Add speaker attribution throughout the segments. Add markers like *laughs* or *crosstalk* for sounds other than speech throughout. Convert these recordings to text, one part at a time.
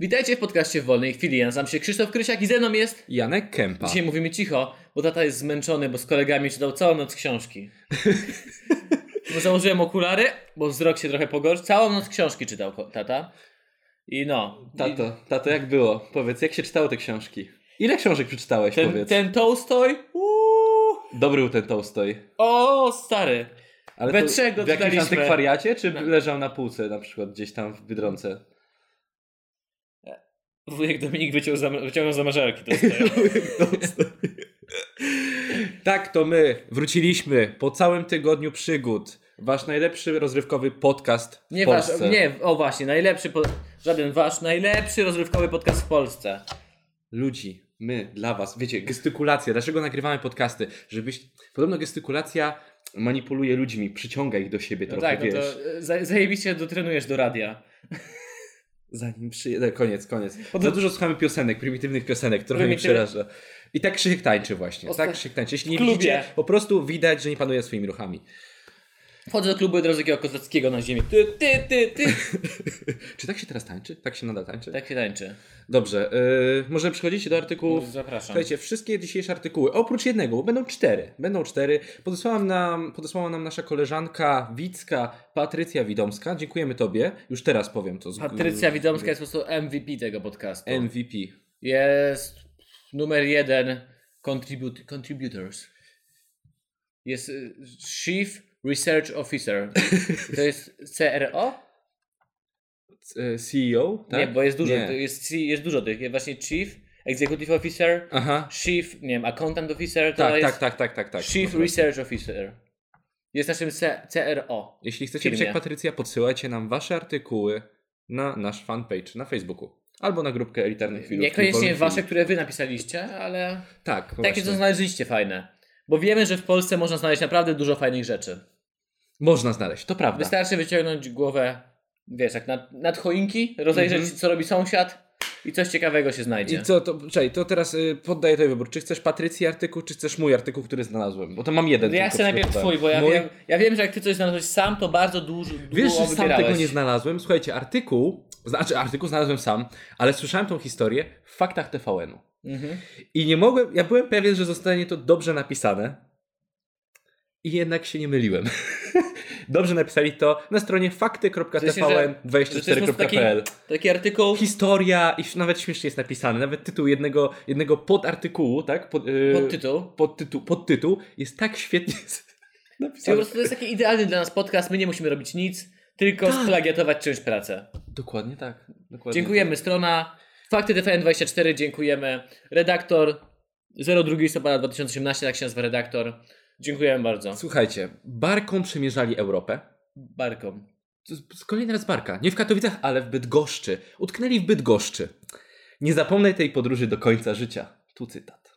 Speaker 1: Witajcie w podcaście w wolnej chwili. Ja nazywam się Krzysztof Krysiak i ze mną jest.
Speaker 2: Janek Kępa.
Speaker 1: Dzisiaj mówimy cicho, bo tata jest zmęczony, bo z kolegami czytał całą noc
Speaker 2: *laughs*
Speaker 1: książki. bo założyłem okulary, bo wzrok się trochę pogorszył. Całą noc książki czytał ko- tata. I no. I
Speaker 2: Tato, tato, jak było? Powiedz, jak się czytało te książki? Ile książek przeczytałeś,
Speaker 1: ten,
Speaker 2: powiedz?
Speaker 1: ten Tolstoj. Uuu,
Speaker 2: Dobry był ten Tolstoj.
Speaker 1: o, stary.
Speaker 2: Ale
Speaker 1: We
Speaker 2: to
Speaker 1: trzech go
Speaker 2: W jakimś
Speaker 1: czytaliśmy.
Speaker 2: antykwariacie, czy
Speaker 1: No.
Speaker 2: leżał na półce na przykład gdzieś tam w Biedronce?
Speaker 1: Wujek Dominik wyciął zam- wyciągnął zamarzarki.
Speaker 2: *laughs*
Speaker 1: Tolstoja.
Speaker 2: tak, to my wróciliśmy po całym tygodniu przygód. Wasz najlepszy rozrywkowy podcast w
Speaker 1: Nie wasz,
Speaker 2: Polsce.
Speaker 1: nie, o właśnie, najlepszy, po, żaden wasz, najlepszy rozrywkowy podcast w Polsce. No
Speaker 2: ludzi, my, dla was. Wiecie, gestykulacja. Dlaczego nagrywamy podcasty? Żebyś... Podobno gestykulacja manipuluje ludźmi, przyciąga ich do siebie
Speaker 1: No
Speaker 2: trochę,
Speaker 1: tak, no
Speaker 2: wiesz.
Speaker 1: to e, za- zajebiście dotrenujesz do radia.
Speaker 2: Zanim przyjedę, koniec, koniec.
Speaker 1: Pod-
Speaker 2: Za dużo słuchamy piosenek, prymitywnych piosenek, trochę mnie
Speaker 1: Prymityw-
Speaker 2: przeraża. I tak Krzysiek tańczy właśnie,
Speaker 1: Osta-
Speaker 2: tak Krzysiek tańczy. Jeśli nie
Speaker 1: W klubie.
Speaker 2: widzicie, po prostu widać, że nie panuje swoimi ruchami.
Speaker 1: Wchodzę do klubu i od razu jakiego Kozackiego na ziemi. Ty, ty, ty, ty.
Speaker 2: Czy tak się teraz tańczy? Tak się nadal tańczy?
Speaker 1: Tak się tańczy.
Speaker 2: Dobrze, yy, może przechodzicie do artykułów.
Speaker 1: No, Zapraszam.
Speaker 2: Słuchajcie, wszystkie dzisiejsze artykuły, oprócz jednego, bo będą cztery, będą cztery, podesłała nam, podesłała nam nasza koleżanka Wicka Patrycja Widomska. Dziękujemy Tobie, już teraz powiem to. Z...
Speaker 1: Patrycja Widomska jest po prostu MVP tego podcastu.
Speaker 2: MVP.
Speaker 1: Jest numer jeden contribut- contributors. Jest y, Chief Research Officer. To jest CRO?
Speaker 2: E, CEO, *laughs* tak?
Speaker 1: Nie, bo jest dużo,
Speaker 2: Nie.
Speaker 1: jest, jest dużo tych. Jest właśnie Chief Executive Officer,
Speaker 2: Aha,
Speaker 1: Chief, nie wiem, Accountant Officer, to
Speaker 2: tak,
Speaker 1: jest
Speaker 2: tak, tak, tak, tak, tak.
Speaker 1: Chief
Speaker 2: Dobra.
Speaker 1: Research Officer. Jest naszym C- CRO.
Speaker 2: Jeśli chcecie
Speaker 1: firmie.
Speaker 2: być jak Patrycja, podsyłajcie nam wasze artykuły na nasz fanpage na Facebooku. Albo na grupkę Elitarnych Filów.
Speaker 1: Niekoniecznie
Speaker 2: Wolnych
Speaker 1: wasze,
Speaker 2: Filów.
Speaker 1: które wy napisaliście, ale
Speaker 2: Tak,
Speaker 1: takie,
Speaker 2: właśnie.
Speaker 1: co znaleźliście fajne. Bo wiemy, że w Polsce można znaleźć naprawdę dużo fajnych rzeczy.
Speaker 2: Tak. Można znaleźć, to prawda.
Speaker 1: Wystarczy wyciągnąć głowę, wiesz, jak nad, nad choinki, rozejrzeć,
Speaker 2: Mhm.
Speaker 1: co robi sąsiad i coś ciekawego się znajdzie.
Speaker 2: I co, to, czekaj, to teraz y, poddaję tobie wybór. Czy chcesz Patrycji artykuł, czy chcesz mój artykuł, który znalazłem? Bo to mam jeden.
Speaker 1: No Ja
Speaker 2: tylko
Speaker 1: chcę najpierw
Speaker 2: przygotowany.
Speaker 1: twój, bo ja,
Speaker 2: Mój-
Speaker 1: wiem, ja wiem, że jak ty coś znalazłeś sam, to bardzo dużo
Speaker 2: Wiesz,
Speaker 1: długo
Speaker 2: że sam
Speaker 1: wybierałeś.
Speaker 2: tego nie znalazłem. Słuchajcie, artykuł, znaczy artykuł znalazłem sam, ale słyszałem tą historię w faktach TVN-u.
Speaker 1: Mhm.
Speaker 2: I nie mogłem, ja byłem pewien, że zostanie to dobrze napisane. I jednak się nie myliłem. *laughs* dobrze napisali to na stronie
Speaker 1: W sensie, że- że to jest po prostu
Speaker 2: fakty.tvn24.pl.
Speaker 1: Taki artykuł
Speaker 2: Historia i ś- nawet śmiesznie jest napisane, nawet tytuł jednego, jednego podartykułu, tak? Pod, yy,
Speaker 1: pod tytuł.
Speaker 2: podtytuł, podtytuł jest tak świetnie *laughs* z-
Speaker 1: Czyli po
Speaker 2: napisany.
Speaker 1: prostu to jest taki idealny dla nas podcast, my nie musimy robić nic, tylko
Speaker 2: Tak.
Speaker 1: splagiatować czyjąś pracę.
Speaker 2: Dokładnie tak. Dokładnie
Speaker 1: Dziękujemy, strona Fakty TVN24, dziękujemy. Redaktor 02 listopada 2018, tak się nazywa redaktor. Dziękujemy bardzo.
Speaker 2: Tak. Słuchajcie, barką przemierzali Europę.
Speaker 1: Barkom.
Speaker 2: Z- z- Kolejny raz barka. Nie w Katowicach, ale w Bydgoszczy. Utknęli w Bydgoszczy. Nie zapomnę tej podróży do końca życia. Tu cytat.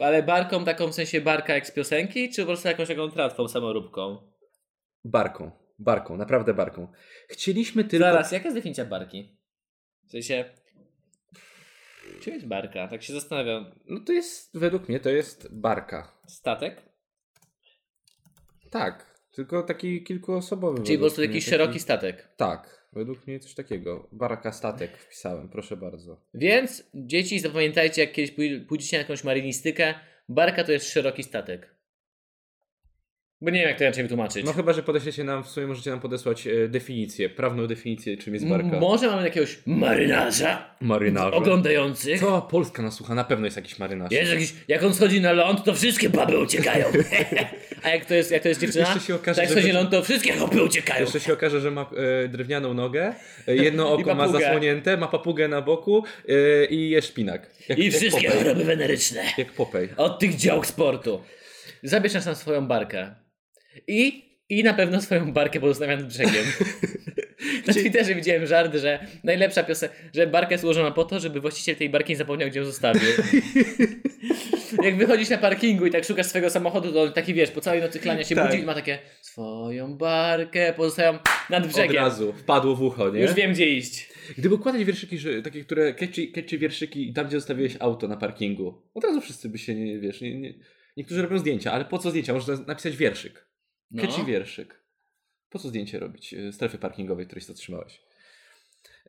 Speaker 1: Ale barką taką w sensie barka jak z piosenki, czy po prostu jakąś taką tratwą, samoróbką?
Speaker 2: Barką. Barką, naprawdę barką. Chcieliśmy tylko.
Speaker 1: Zaraz, jaka jest definicja barki? W sensie... Czym jest barka? Tak się zastanawiam.
Speaker 2: No to jest, według mnie, to jest barka.
Speaker 1: Statek?
Speaker 2: Tak. Tylko taki kilkuosobowy.
Speaker 1: Czyli po
Speaker 2: według
Speaker 1: prostu
Speaker 2: mnie,
Speaker 1: jakiś
Speaker 2: taki-
Speaker 1: szeroki statek.
Speaker 2: Tak. Według mnie coś takiego. Barka statek wpisałem, proszę bardzo.
Speaker 1: Więc dzieci, zapamiętajcie, jak kiedyś pój- pójdziecie na jakąś marynistykę, barka to jest szeroki statek. Bo nie wiem, jak to inaczej wytłumaczyć.
Speaker 2: No chyba, że podeślecie nam, w sumie możecie nam podesłać e, definicję, prawną definicję, czym jest barka.
Speaker 1: M- Może mamy jakiegoś marynarza
Speaker 2: Marynarz.
Speaker 1: oglądających.
Speaker 2: Cała Polska nas słucha, na pewno jest jakiś marynarz.
Speaker 1: Jest jakiś, jak on schodzi na ląd, to wszystkie baby uciekają. *laughs* A jak to jest, jak to jest dziewczyna?
Speaker 2: Jeszcze się okaże,
Speaker 1: tak
Speaker 2: że
Speaker 1: schodzi
Speaker 2: będzie-
Speaker 1: na ląd, to wszystkie chopy uciekają.
Speaker 2: Jeszcze się okaże, że ma e, drewnianą nogę, e, jedno
Speaker 1: *laughs* I
Speaker 2: oko ma
Speaker 1: papugę.
Speaker 2: zasłonięte, ma papugę na boku e, i jest szpinak. Jak,
Speaker 1: I wszystkie
Speaker 2: Jak Popeye.
Speaker 1: choroby weneryczne.
Speaker 2: Jak Popeye.
Speaker 1: Od tych działk sportu. Zabierz nas na swoją barkę. I, I na pewno swoją barkę pozostawiam nad
Speaker 2: *laughs*
Speaker 1: brzegiem. na Twitterze widziałem żart, że najlepsza piosenka, że barka jest ułożona po to, żeby właściciel tej barki nie zapomniał, gdzie ją zostawił.
Speaker 2: *laughs*
Speaker 1: Jak wychodzisz na parkingu i tak szukasz swojego samochodu, to on taki wiesz, po całej nocy klania się
Speaker 2: Tak.
Speaker 1: budzi i ma takie swoją barkę pozostawiam nad
Speaker 2: Od
Speaker 1: brzegiem.
Speaker 2: razu wpadło w ucho, nie?
Speaker 1: Już wiem, gdzie iść.
Speaker 2: Gdyby układać wierszyki, że, takie, które catchy, catchy wierszyki tam, gdzie zostawiłeś auto na parkingu, od razu wszyscy by się, nie wiesz, nie, nie, niektórzy robią zdjęcia, ale po co zdjęcia? Można napisać wierszyk.
Speaker 1: No.
Speaker 2: Catchy wierszyk. Po co zdjęcie robić e, strefy parkingowej, w której się zatrzymałeś?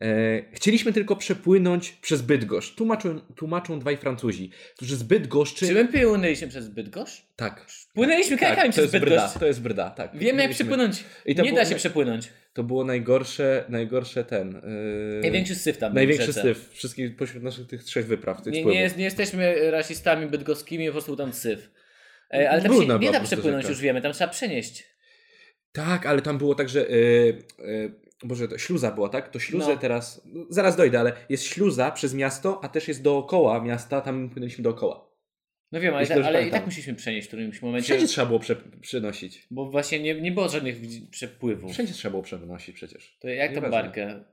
Speaker 2: E, chcieliśmy tylko przepłynąć przez Bydgoszcz. Tłumaczą, tłumaczą dwaj Francuzi, którzy z Bydgoszczy...
Speaker 1: Czy my płynęliśmy przez Bydgoszcz?
Speaker 2: Tak.
Speaker 1: Płynęliśmy
Speaker 2: tak,
Speaker 1: kajakami
Speaker 2: to
Speaker 1: przez
Speaker 2: jest brda,
Speaker 1: Bydgoszcz.
Speaker 2: to jest brda, tak.
Speaker 1: Wiemy jak
Speaker 2: Mieliśmy-
Speaker 1: przepłynąć.
Speaker 2: I to
Speaker 1: Nie
Speaker 2: było-
Speaker 1: da się przepłynąć.
Speaker 2: To było najgorsze, najgorsze ten... Yy...
Speaker 1: Największy syf tam był w
Speaker 2: Największy
Speaker 1: rzece.
Speaker 2: syf wszystkich pośród naszych tych trzech wypraw, tych
Speaker 1: Nie,
Speaker 2: spływów.
Speaker 1: nie, jest, nie jesteśmy rasistami bydgoskimi, po prostu był tam syf. E, Ale tam się
Speaker 2: Brudna
Speaker 1: nie
Speaker 2: była
Speaker 1: da
Speaker 2: po prostu
Speaker 1: przepłynąć,
Speaker 2: rzeka.
Speaker 1: już wiemy, tam trzeba przenieść.
Speaker 2: Tak, ale tam było także. Yy, yy, Boże, to śluza była, tak? To śluzę
Speaker 1: No.
Speaker 2: teraz. no, Zaraz dojdę, ale jest śluza przez miasto, a też jest dookoła miasta, tam płynęliśmy dookoła.
Speaker 1: No wiem, ale,
Speaker 2: Jeśli dobrze
Speaker 1: ale i
Speaker 2: pamiętam.
Speaker 1: tak musieliśmy przenieść w którymś momencie.
Speaker 2: Wszędzie trzeba było prze- przenosić.
Speaker 1: Bo właśnie nie, nie było żadnych widzi- przepływów.
Speaker 2: Wszędzie trzeba było przenosić przecież.
Speaker 1: To jak tą
Speaker 2: Nieważne.
Speaker 1: barkę?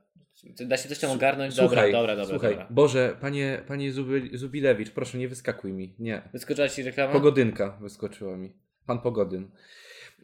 Speaker 1: To Da się coś tam ogarnąć? Dobra,
Speaker 2: Słuchaj,
Speaker 1: dobra, dobra.
Speaker 2: słuchaj.
Speaker 1: dobra.
Speaker 2: Boże, panie, panie Zuby- Zubilewicz, proszę nie wyskakuj mi. Nie.
Speaker 1: Wyskoczyła ci reklama?
Speaker 2: Pogodynka wyskoczyła mi. Pan Pogodyn.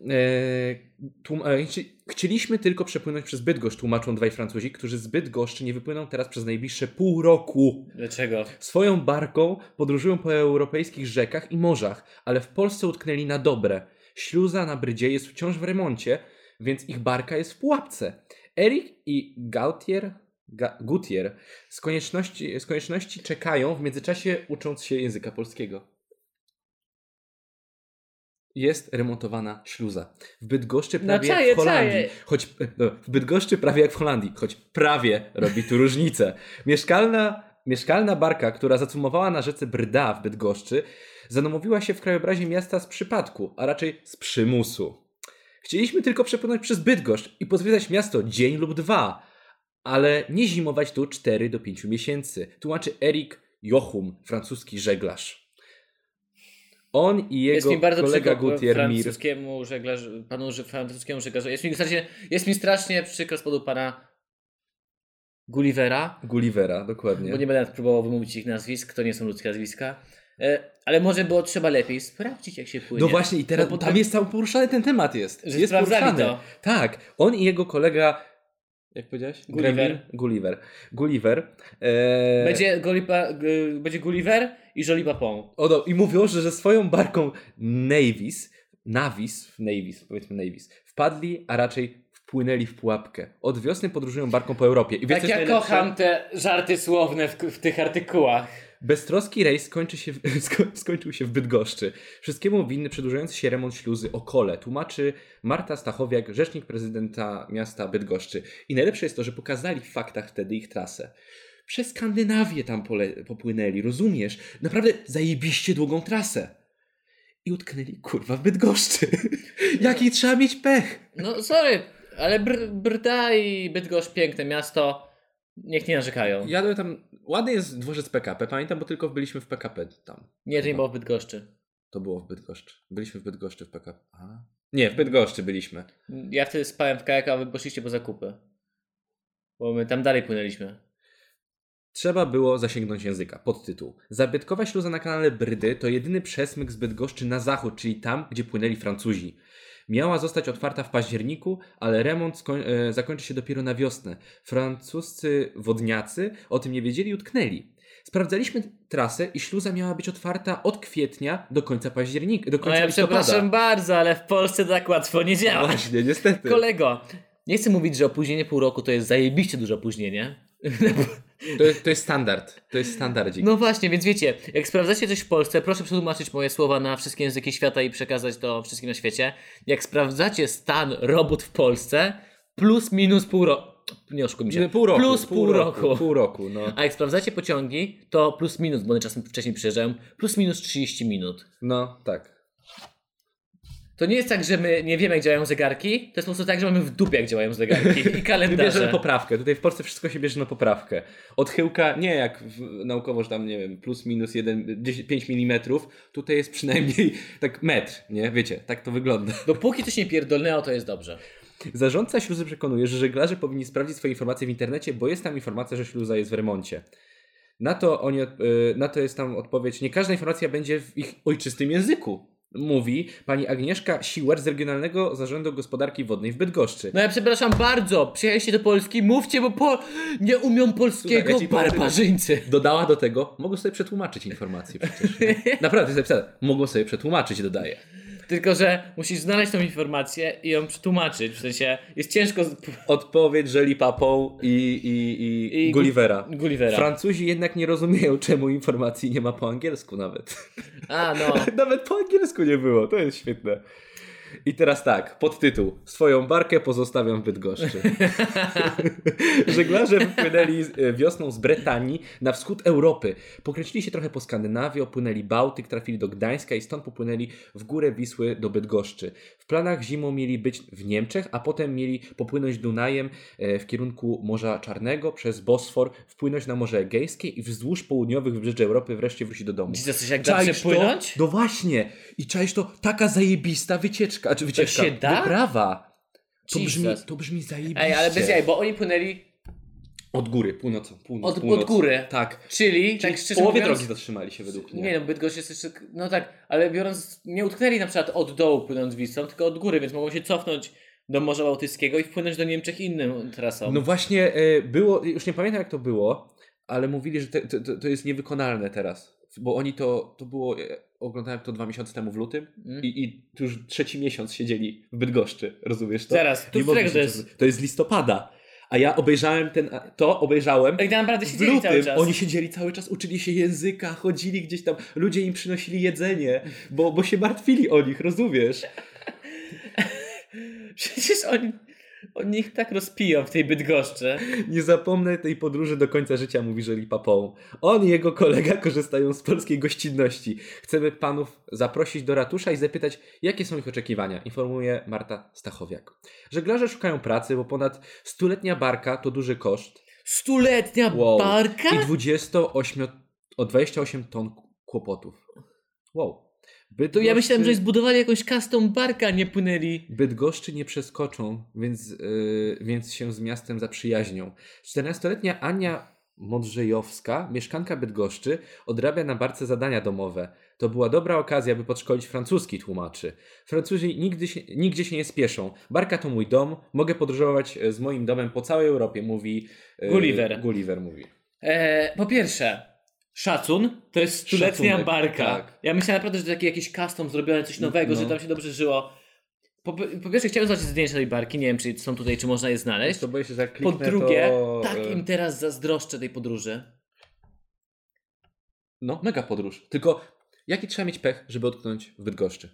Speaker 2: Eee, tłum- e, chci- chcieliśmy tylko przepłynąć przez Bydgoszcz, tłumaczą dwaj Francuzi, którzy z Bydgoszczy nie wypłyną teraz przez najbliższe pół roku.
Speaker 1: Dlaczego?
Speaker 2: Swoją barką podróżują po europejskich rzekach i morzach, ale w Polsce utknęli na dobre. Śluza na Brydzie jest wciąż w remoncie, więc ich barka jest w pułapce. Erik i Gautier, Ga- Gutier z konieczności, z konieczności czekają, w międzyczasie ucząc się języka polskiego. Jest remontowana śluza. W Bydgoszczy
Speaker 1: No
Speaker 2: prawie
Speaker 1: czaję,
Speaker 2: jak w Holandii.
Speaker 1: czaję.
Speaker 2: Choć, no, w Bydgoszczy prawie jak w Holandii, choć prawie robi tu różnicę. Mieszkalna, mieszkalna barka, która zacumowała na rzece Brda w Bydgoszczy, zadomowiła się w krajobrazie miasta z przypadku, a raczej z przymusu. Chcieliśmy tylko przepłynąć przez Bydgoszcz i pozwiedzać miasto dzień lub dwa, ale nie zimować tu 4 do 5 miesięcy, tłumaczy Erik Jochum, francuski żeglarz. On i jego
Speaker 1: Jest mi bardzo
Speaker 2: kolega
Speaker 1: przykro
Speaker 2: Gutier Mir.
Speaker 1: francuskiemu żeglarzu, panu ży- francuskiemu żeglarzu. Jest mi, strasznie, jest mi strasznie przykro z powodu pana Gullivera,
Speaker 2: Gullivera, dokładnie.
Speaker 1: bo nie będę nawet próbował wymówić ich nazwisk, to nie są ludzkie nazwiska. E, ale może było trzeba lepiej sprawdzić, jak się płynie.
Speaker 2: No właśnie, i teraz
Speaker 1: No bo
Speaker 2: tam
Speaker 1: to-
Speaker 2: jest cały poruszany ten temat jest.
Speaker 1: Że
Speaker 2: jest
Speaker 1: sprawdzali
Speaker 2: poruszany.
Speaker 1: to.
Speaker 2: Tak, on i jego kolega. Jak powiedziałeś?
Speaker 1: Gulliver.
Speaker 2: Gremlin? Gulliver. Gulliver. Eee...
Speaker 1: Będzie, Golipa, g- będzie Gulliver i Jolibapon.
Speaker 2: O, no, I mówią, że ze swoją barką Navis, Navis, Navis, powiedzmy Navis, wpadli, a raczej wpłynęli w pułapkę. Od wiosny podróżują barką po Europie. I wiesz, co
Speaker 1: Tak
Speaker 2: jest
Speaker 1: ja
Speaker 2: najlepsze?
Speaker 1: kocham te żarty słowne w, w tych artykułach.
Speaker 2: Beztroski rejs skończy się w, *laughs* sko, skończył się w Bydgoszczy. Wszystkiemu winny przedłużający się remont śluzy Okole, tłumaczy Marta Stachowiak, rzecznik prezydenta miasta Bydgoszczy. I najlepsze jest to, że pokazali w faktach wtedy ich trasę. Przez Skandynawię tam pole, popłynęli, rozumiesz? Naprawdę zajebiście długą trasę. I utknęli, kurwa, w Bydgoszczy. *laughs* Jaki trzeba mieć pech?
Speaker 1: No sorry, ale Br- Brda i Bydgoszcz, piękne miasto, niech nie narzekają.
Speaker 2: Jadłem tam, ładny jest dworzec PKP, pamiętam, bo tylko byliśmy w PKP tam.
Speaker 1: Nie, to nie było w Bydgoszczy.
Speaker 2: To było w Bydgoszczy. Byliśmy w Bydgoszczy w PKP. Aha. Nie, w Bydgoszczy byliśmy.
Speaker 1: Ja wtedy spałem w kajaku, a wy poszliście po zakupy. Bo my tam dalej płynęliśmy.
Speaker 2: Trzeba było zasięgnąć języka. Podtytuł. Zabytkowa śluza na kanale Brydy to jedyny przesmyk z Bydgoszczy na zachód, czyli tam, gdzie płynęli Francuzi. Miała zostać otwarta w październiku, ale remont skoń- e, zakończy się dopiero na wiosnę. Francuscy wodniacy o tym nie wiedzieli i utknęli. Sprawdzaliśmy trasę i śluza miała być otwarta od kwietnia do końca października, do
Speaker 1: No
Speaker 2: końca
Speaker 1: ja
Speaker 2: listopada.
Speaker 1: przepraszam bardzo, ale w Polsce to tak łatwo nie działa.
Speaker 2: Właśnie, niestety.
Speaker 1: Kolego, nie chcę mówić, że opóźnienie pół roku to jest zajebiście duże opóźnienie.
Speaker 2: To, jest, to jest standard. To jest standardzik.
Speaker 1: No właśnie, więc wiecie, jak sprawdzacie coś w Polsce, proszę przetłumaczyć moje słowa na wszystkie języki świata i przekazać to wszystkim na świecie. Jak sprawdzacie stan robót w Polsce, plus minus pół roku. Nie oszukuj mi się.
Speaker 2: Pół roku.
Speaker 1: Plus pół roku.
Speaker 2: Pół roku, no.
Speaker 1: A jak sprawdzacie pociągi, to plus minus, bo one czasem wcześniej przyjeżdżają, plus minus 30 minut.
Speaker 2: No, tak.
Speaker 1: To nie jest tak, że my nie wiemy, jak działają zegarki, to jest po prostu tak, że mamy w dupie, jak działają zegarki i
Speaker 2: Bierzemy
Speaker 1: kalendarze.
Speaker 2: poprawkę. Tutaj w Polsce wszystko się bierze na poprawkę. Odchyłka nie jak w, naukowo, że tam, nie wiem, plus minus 1, 10, 5 mm. Tutaj jest przynajmniej *laughs* tak metr, nie? Wiecie, tak to wygląda.
Speaker 1: Dopóki coś nie pierdolnęło, to jest dobrze.
Speaker 2: Zarządca śluzy przekonuje, że żeglarze powinni sprawdzić swoje informacje w internecie, bo jest tam informacja, że śluza jest w remoncie. Na to, oni, od- y, na to jest tam odpowiedź, nie każda informacja będzie w ich ojczystym języku. Mówi pani Agnieszka Siłer z Regionalnego Zarządu Gospodarki Wodnej w Bydgoszczy.
Speaker 1: No ja przepraszam bardzo, przyjechaliście do Polski, mówcie, bo po... nie umią polskiego
Speaker 2: Słuchaj, ja ci powiem-
Speaker 1: barbarzyńcy.
Speaker 2: Dodała do
Speaker 1: *laughs*
Speaker 2: tego, mogą sobie przetłumaczyć informacje przecież. nie? Naprawdę jest napisane, mogą sobie przetłumaczyć, dodaje.
Speaker 1: Tylko, że musisz znaleźć tą informację i ją przetłumaczyć. W sensie jest ciężko z
Speaker 2: Odpowiedź, że Lipapą i, i, i,
Speaker 1: I
Speaker 2: Gullivera.
Speaker 1: Gullivera.
Speaker 2: Francuzi jednak nie rozumieją, czemu informacji nie ma po angielsku nawet.
Speaker 1: A, no.
Speaker 2: *laughs* Nawet po angielsku nie było, to jest świetne. I teraz tak, podtytuł. Swoją barkę pozostawiam w Bydgoszczy. Żeglarze wypłynęli z- e, wiosną z Bretanii na wschód Europy. Pokręcili się trochę po Skandynawii, opłynęli Bałtyk, trafili do Gdańska i stąd popłynęli w górę Wisły do Bydgoszczy. W planach zimą mieli być w Niemczech, a potem mieli popłynąć Dunajem e, w kierunku Morza Czarnego, przez Bosfor, wpłynąć na Morze Egejskie i wzdłuż południowych wybrzeży Europy wreszcie wrócić do domu.
Speaker 1: Czy to coś jak da
Speaker 2: Czaisz to?
Speaker 1: przepłynąć?
Speaker 2: No właśnie. I czaisz to? Taka zajebista wycieczka. Czy wycieczka?
Speaker 1: się da?
Speaker 2: Wyprawa. To brzmi,
Speaker 1: Jesus.
Speaker 2: to brzmi zajebiście.
Speaker 1: Ej, ale bez jaj, bo oni płynęli
Speaker 2: Od góry, północą. Północ,
Speaker 1: od,
Speaker 2: północ.
Speaker 1: od góry.
Speaker 2: Tak.
Speaker 1: Czyli,
Speaker 2: Czyli
Speaker 1: tak
Speaker 2: w
Speaker 1: szczerze
Speaker 2: połowie
Speaker 1: mówiąc,
Speaker 2: drogi zatrzymali się według mnie.
Speaker 1: Nie no, Bydgoszcz jest jeszcze, no tak, ale biorąc, nie utknęli na przykład od dołu płynąc Wisłą, tylko od góry, więc mogą się cofnąć do Morza Bałtyckiego i wpłynąć do Niemczech innym trasą.
Speaker 2: No właśnie e, było, już nie pamiętam jak to było, ale mówili, że te, to- to, to jest niewykonalne teraz. Bo oni to, to było, e, oglądałem to dwa miesiące temu w lutym
Speaker 1: Mm.
Speaker 2: i, i tu już trzeci miesiąc siedzieli w Bydgoszczy, rozumiesz to?
Speaker 1: Zaraz,
Speaker 2: Nie
Speaker 1: tu z
Speaker 2: mogli
Speaker 1: którego to
Speaker 2: się
Speaker 1: jest?
Speaker 2: to jest listopada. A ja obejrzałem ten, a- to obejrzałem
Speaker 1: I tam naprawdę
Speaker 2: W
Speaker 1: siedzieli cały
Speaker 2: lutym
Speaker 1: czas.
Speaker 2: oni siedzieli cały czas, uczyli się języka, chodzili gdzieś tam, ludzie im przynosili jedzenie, bo, bo się martwili o nich, rozumiesz?
Speaker 1: Przecież oni, oni ich tak rozpiją w tej Bydgoszczy.
Speaker 2: Nie zapomnę tej podróży do końca życia, mówi Żeli Papą. On i jego kolega *laughs* korzystają z polskiej gościnności. Chcemy panów zaprosić do ratusza i zapytać, jakie są ich oczekiwania, informuje Marta Stachowiak. Żeglarze szukają pracy, bo ponad stuletnia barka to duży koszt
Speaker 1: Stuletnia
Speaker 2: Wow.
Speaker 1: barka?
Speaker 2: i 28, o 28 ton kłopotów. Wow.
Speaker 1: To ja myślałem,
Speaker 2: Bydgoszczy-
Speaker 1: że zbudowali jakąś kastą barka, a nie płynęli.
Speaker 2: Bydgoszczy nie przeskoczą, więc, yy, więc się z miastem zaprzyjaźnią. 14-letnia Ania Modrzejowska, mieszkanka Bydgoszczy, odrabia na barce zadania domowe. To była dobra okazja, by podszkolić francuski, tłumaczy. Francuzi nigdy się, nigdzie się nie spieszą. Barka to mój dom, mogę podróżować e, z moim domem po całej Europie, mówi e,
Speaker 1: Gulliver.
Speaker 2: Gulliver mówi.
Speaker 1: E, po pierwsze, szacun to jest stuletnia
Speaker 2: Szacunek,
Speaker 1: barka.
Speaker 2: tak.
Speaker 1: Ja myślałem naprawdę, że to taki, jakiś custom zrobione, coś nowego,
Speaker 2: No.
Speaker 1: że tam się dobrze żyło. Po, po pierwsze, chciałem zobaczyć zdjęcia tej barki. Nie wiem, czy są tutaj, czy można je znaleźć.
Speaker 2: To boję się, że jak
Speaker 1: Po
Speaker 2: kliknę,
Speaker 1: drugie,
Speaker 2: to,
Speaker 1: tak
Speaker 2: e,
Speaker 1: im teraz zazdroszczę tej podróży.
Speaker 2: No, mega podróż. Tylko jaki trzeba mieć pech, żeby odknąć w Bydgoszczy?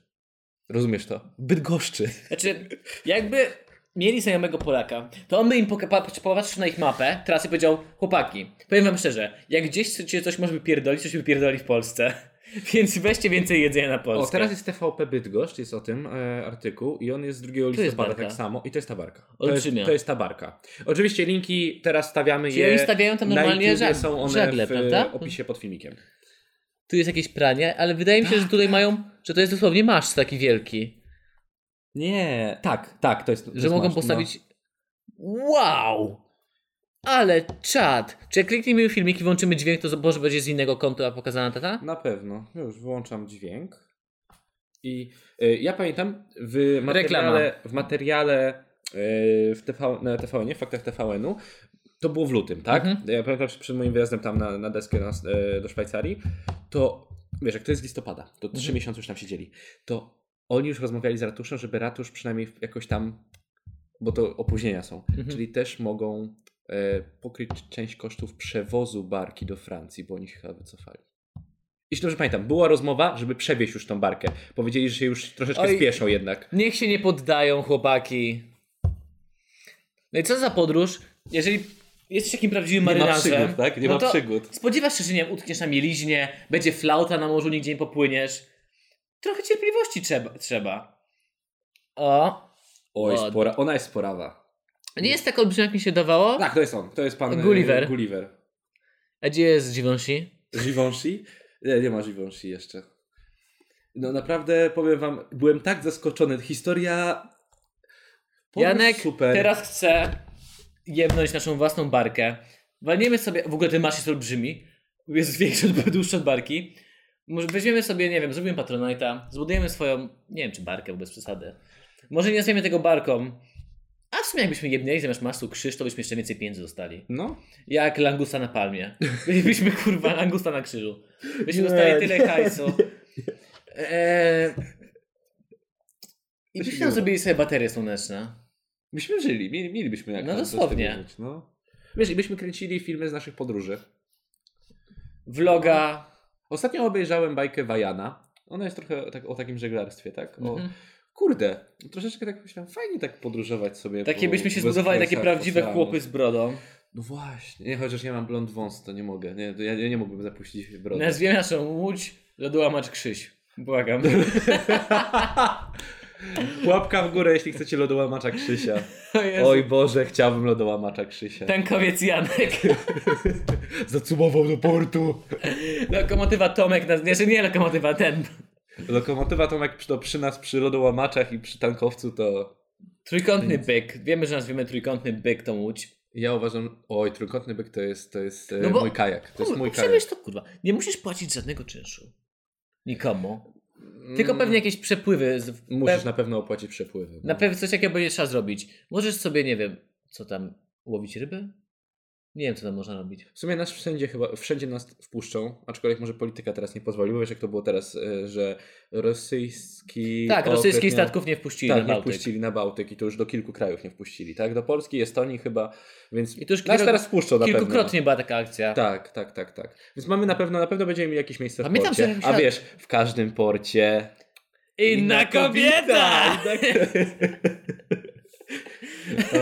Speaker 2: Rozumiesz to?
Speaker 1: *laughs*
Speaker 2: Bydgoszczy.
Speaker 1: Znaczy, jakby mieli znajomego Polaka, to on by im poka- pa- popatrzył na ich mapę, trasy powiedział, chłopaki, powiem wam szczerze, jak gdzieś chcecie coś może wypierdolić, coś wypierdoli w Polsce. *laughs* Więc weźcie więcej jedzenia na Polskę.
Speaker 2: O, teraz jest TVP Bydgoszcz, jest o tym e, artykuł i on jest z 2
Speaker 1: jest
Speaker 2: listopada
Speaker 1: barka.
Speaker 2: tak samo i to jest ta barka. To jest,
Speaker 1: Olbrzymia.
Speaker 2: to jest ta barka. Oczywiście linki teraz stawiamy
Speaker 1: Czyli
Speaker 2: je.
Speaker 1: oni stawiają tam
Speaker 2: na
Speaker 1: normalnie
Speaker 2: YouTubie
Speaker 1: żagle,
Speaker 2: są one
Speaker 1: żagle
Speaker 2: w e,
Speaker 1: prawda?
Speaker 2: opisie pod filmikiem.
Speaker 1: Tu jest jakieś pranie, ale wydaje mi się,
Speaker 2: Tak.
Speaker 1: że tutaj mają, że to jest dosłownie masz taki wielki,
Speaker 2: Nie, tak, tak, to jest. To
Speaker 1: że
Speaker 2: jest
Speaker 1: mogą
Speaker 2: masz,
Speaker 1: postawić... Wow! Ale czad! Czy jak klikniemy filmik i włączymy dźwięk, to może będzie z innego kątu, a pokazana tata?
Speaker 2: No, na pewno. Już wyłączam dźwięk. I e, ja pamiętam w materiale, w, materiale e, w TV, na TVN, w faktach TVN-u, to było w lutym, tak?
Speaker 1: Mhm.
Speaker 2: Ja pamiętam że przed moim wyjazdem tam na, na deskę na, e, do Szwajcarii, to wiesz, jak to jest listopada, to trzy
Speaker 1: Mhm.
Speaker 2: miesiące już tam siedzieli, to oni już rozmawiali z ratuszem, żeby ratusz przynajmniej jakoś tam, bo to opóźnienia są,
Speaker 1: Mhm.
Speaker 2: czyli też mogą e, pokryć część kosztów przewozu barki do Francji, bo oni się chyba wycofali. Jeśli dobrze pamiętam, była rozmowa, żeby przewieźć już tą barkę. Powiedzieli, że się już troszeczkę
Speaker 1: Oj.
Speaker 2: spieszą jednak.
Speaker 1: Niech się nie poddają, chłopaki. No i co za podróż, jeżeli jesteś takim prawdziwym marynarzem, no to
Speaker 2: przygód.
Speaker 1: spodziewasz się, że nie wiem, utkniesz na mieliźnie, będzie flauta na morzu, nigdzie nie popłyniesz. Trochę cierpliwości trzeba. trzeba. O,
Speaker 2: Oj,
Speaker 1: O.
Speaker 2: spora, ona jest sporawa.
Speaker 1: nie jest tak olbrzymia, jak mi się dawało.
Speaker 2: Tak, to jest on, to jest pan e,
Speaker 1: Gulliver.
Speaker 2: Gulliver.
Speaker 1: A gdzie jest Givenchy?
Speaker 2: Givenchy? Nie, nie ma Givenchy jeszcze. No naprawdę, powiem wam, byłem tak zaskoczony. Historia... Podróż
Speaker 1: Janek,
Speaker 2: super.
Speaker 1: teraz chcę jebnąć naszą własną barkę. Walniemy sobie, w ogóle ten masz jest olbrzymi, jest większy od, dłuższy od barki. Może weźmiemy sobie, nie wiem, zrobimy Patronite'a, zbudujemy swoją, nie wiem czy barkę, bo bez przesady. Może nie nazwiemy tego barką, a w sumie jakbyśmy jebnęli zamiast masu krzyż, to byśmy jeszcze więcej pieniędzy dostali.
Speaker 2: No,
Speaker 1: Jak langusta na
Speaker 2: *laughs*
Speaker 1: palmie. Bylibyśmy kurwa langusta na krzyżu. Byśmy
Speaker 2: Nie, *laughs*
Speaker 1: dostali tyle
Speaker 2: nie,
Speaker 1: hajsu. Eee, E, I
Speaker 2: To się
Speaker 1: byśmy tam
Speaker 2: nie
Speaker 1: zrobili sobie baterie słoneczne.
Speaker 2: Byśmy żyli, mieli, mielibyśmy jak
Speaker 1: No
Speaker 2: tam coś
Speaker 1: dosłownie.
Speaker 2: z tym żyć, no. Wiesz, i byśmy kręcili filmy z naszych podróży.
Speaker 1: Vloga.
Speaker 2: Ostatnio obejrzałem bajkę Wajana. Ona jest trochę tak, o takim żeglarstwie, tak? O,
Speaker 1: Mhm.
Speaker 2: Kurde, troszeczkę tak myślałem, fajnie tak podróżować sobie.
Speaker 1: Takie
Speaker 2: po-
Speaker 1: byśmy się
Speaker 2: bez
Speaker 1: zbudowali, takie
Speaker 2: końca
Speaker 1: prawdziwe
Speaker 2: oceanu.
Speaker 1: chłopy z brodą.
Speaker 2: No właśnie, nie, chociaż ja mam blond wąs, to nie mogę. Nie, to ja, ja nie mógłbym zapuścić brody.
Speaker 1: Nazwiemy naszą łódź Lodołamacz Krzyś. Błagam.
Speaker 2: Łapka w górę, jeśli chcecie lodołamacza Krzysia.
Speaker 1: O Jezu. Tak.
Speaker 2: Oj Boże, chciałbym lodołamacza Krzysia.
Speaker 1: Tankowiec Janek.
Speaker 2: Zacumował do portu.
Speaker 1: Lokomotywa Tomek. Naz... Znaczy nie lokomotywa, ten.
Speaker 2: Lokomotywa Tomek przy, to przy nas, przy lodołamaczach i przy tankowcu to...
Speaker 1: Trójkątny byk. Wiemy, że nazwiemy trójkątny byk tą łódź.
Speaker 2: Ja uważam, oj, trójkątny byk to jest, to jest e,
Speaker 1: No bo-
Speaker 2: mój kajak. To jest
Speaker 1: Kurwa,
Speaker 2: mój kajak.
Speaker 1: Przemyśl to kurwa. Nie musisz płacić żadnego czynszu. Nikomu. Tylko
Speaker 2: Mm,
Speaker 1: pewnie jakieś przepływy. Z...
Speaker 2: Musisz
Speaker 1: pe...
Speaker 2: na pewno opłacić przepływy. no.
Speaker 1: na pewno coś jakiego będzie trzeba zrobić. Możesz sobie, nie wiem, co tam, łowić ryby? Nie wiem, co tam można robić.
Speaker 2: W sumie nas wszędzie chyba, wszędzie nas wpuszczą, aczkolwiek może polityka teraz nie pozwoliła, wiesz jak to było teraz, e, że rosyjski...
Speaker 1: tak, rosyjskich
Speaker 2: okres miał-
Speaker 1: statków nie wpuścili
Speaker 2: tak,
Speaker 1: na
Speaker 2: nie
Speaker 1: Bałtyk.
Speaker 2: wpuścili na Bałtyk i to już do kilku krajów nie wpuścili, tak? Do Polski, Estonii chyba, więc
Speaker 1: I to już
Speaker 2: nas
Speaker 1: kilku-
Speaker 2: teraz wpuszczą na pewno.
Speaker 1: Kilkukrotnie była taka akcja.
Speaker 2: Tak, tak, tak, tak. Więc mamy na pewno, na pewno będziemy mieli jakieś miejsce w
Speaker 1: Pamiętam, że
Speaker 2: porcie. A
Speaker 1: myślałem-
Speaker 2: wiesz, w każdym porcie...
Speaker 1: Inna kobieta!
Speaker 2: kobieta!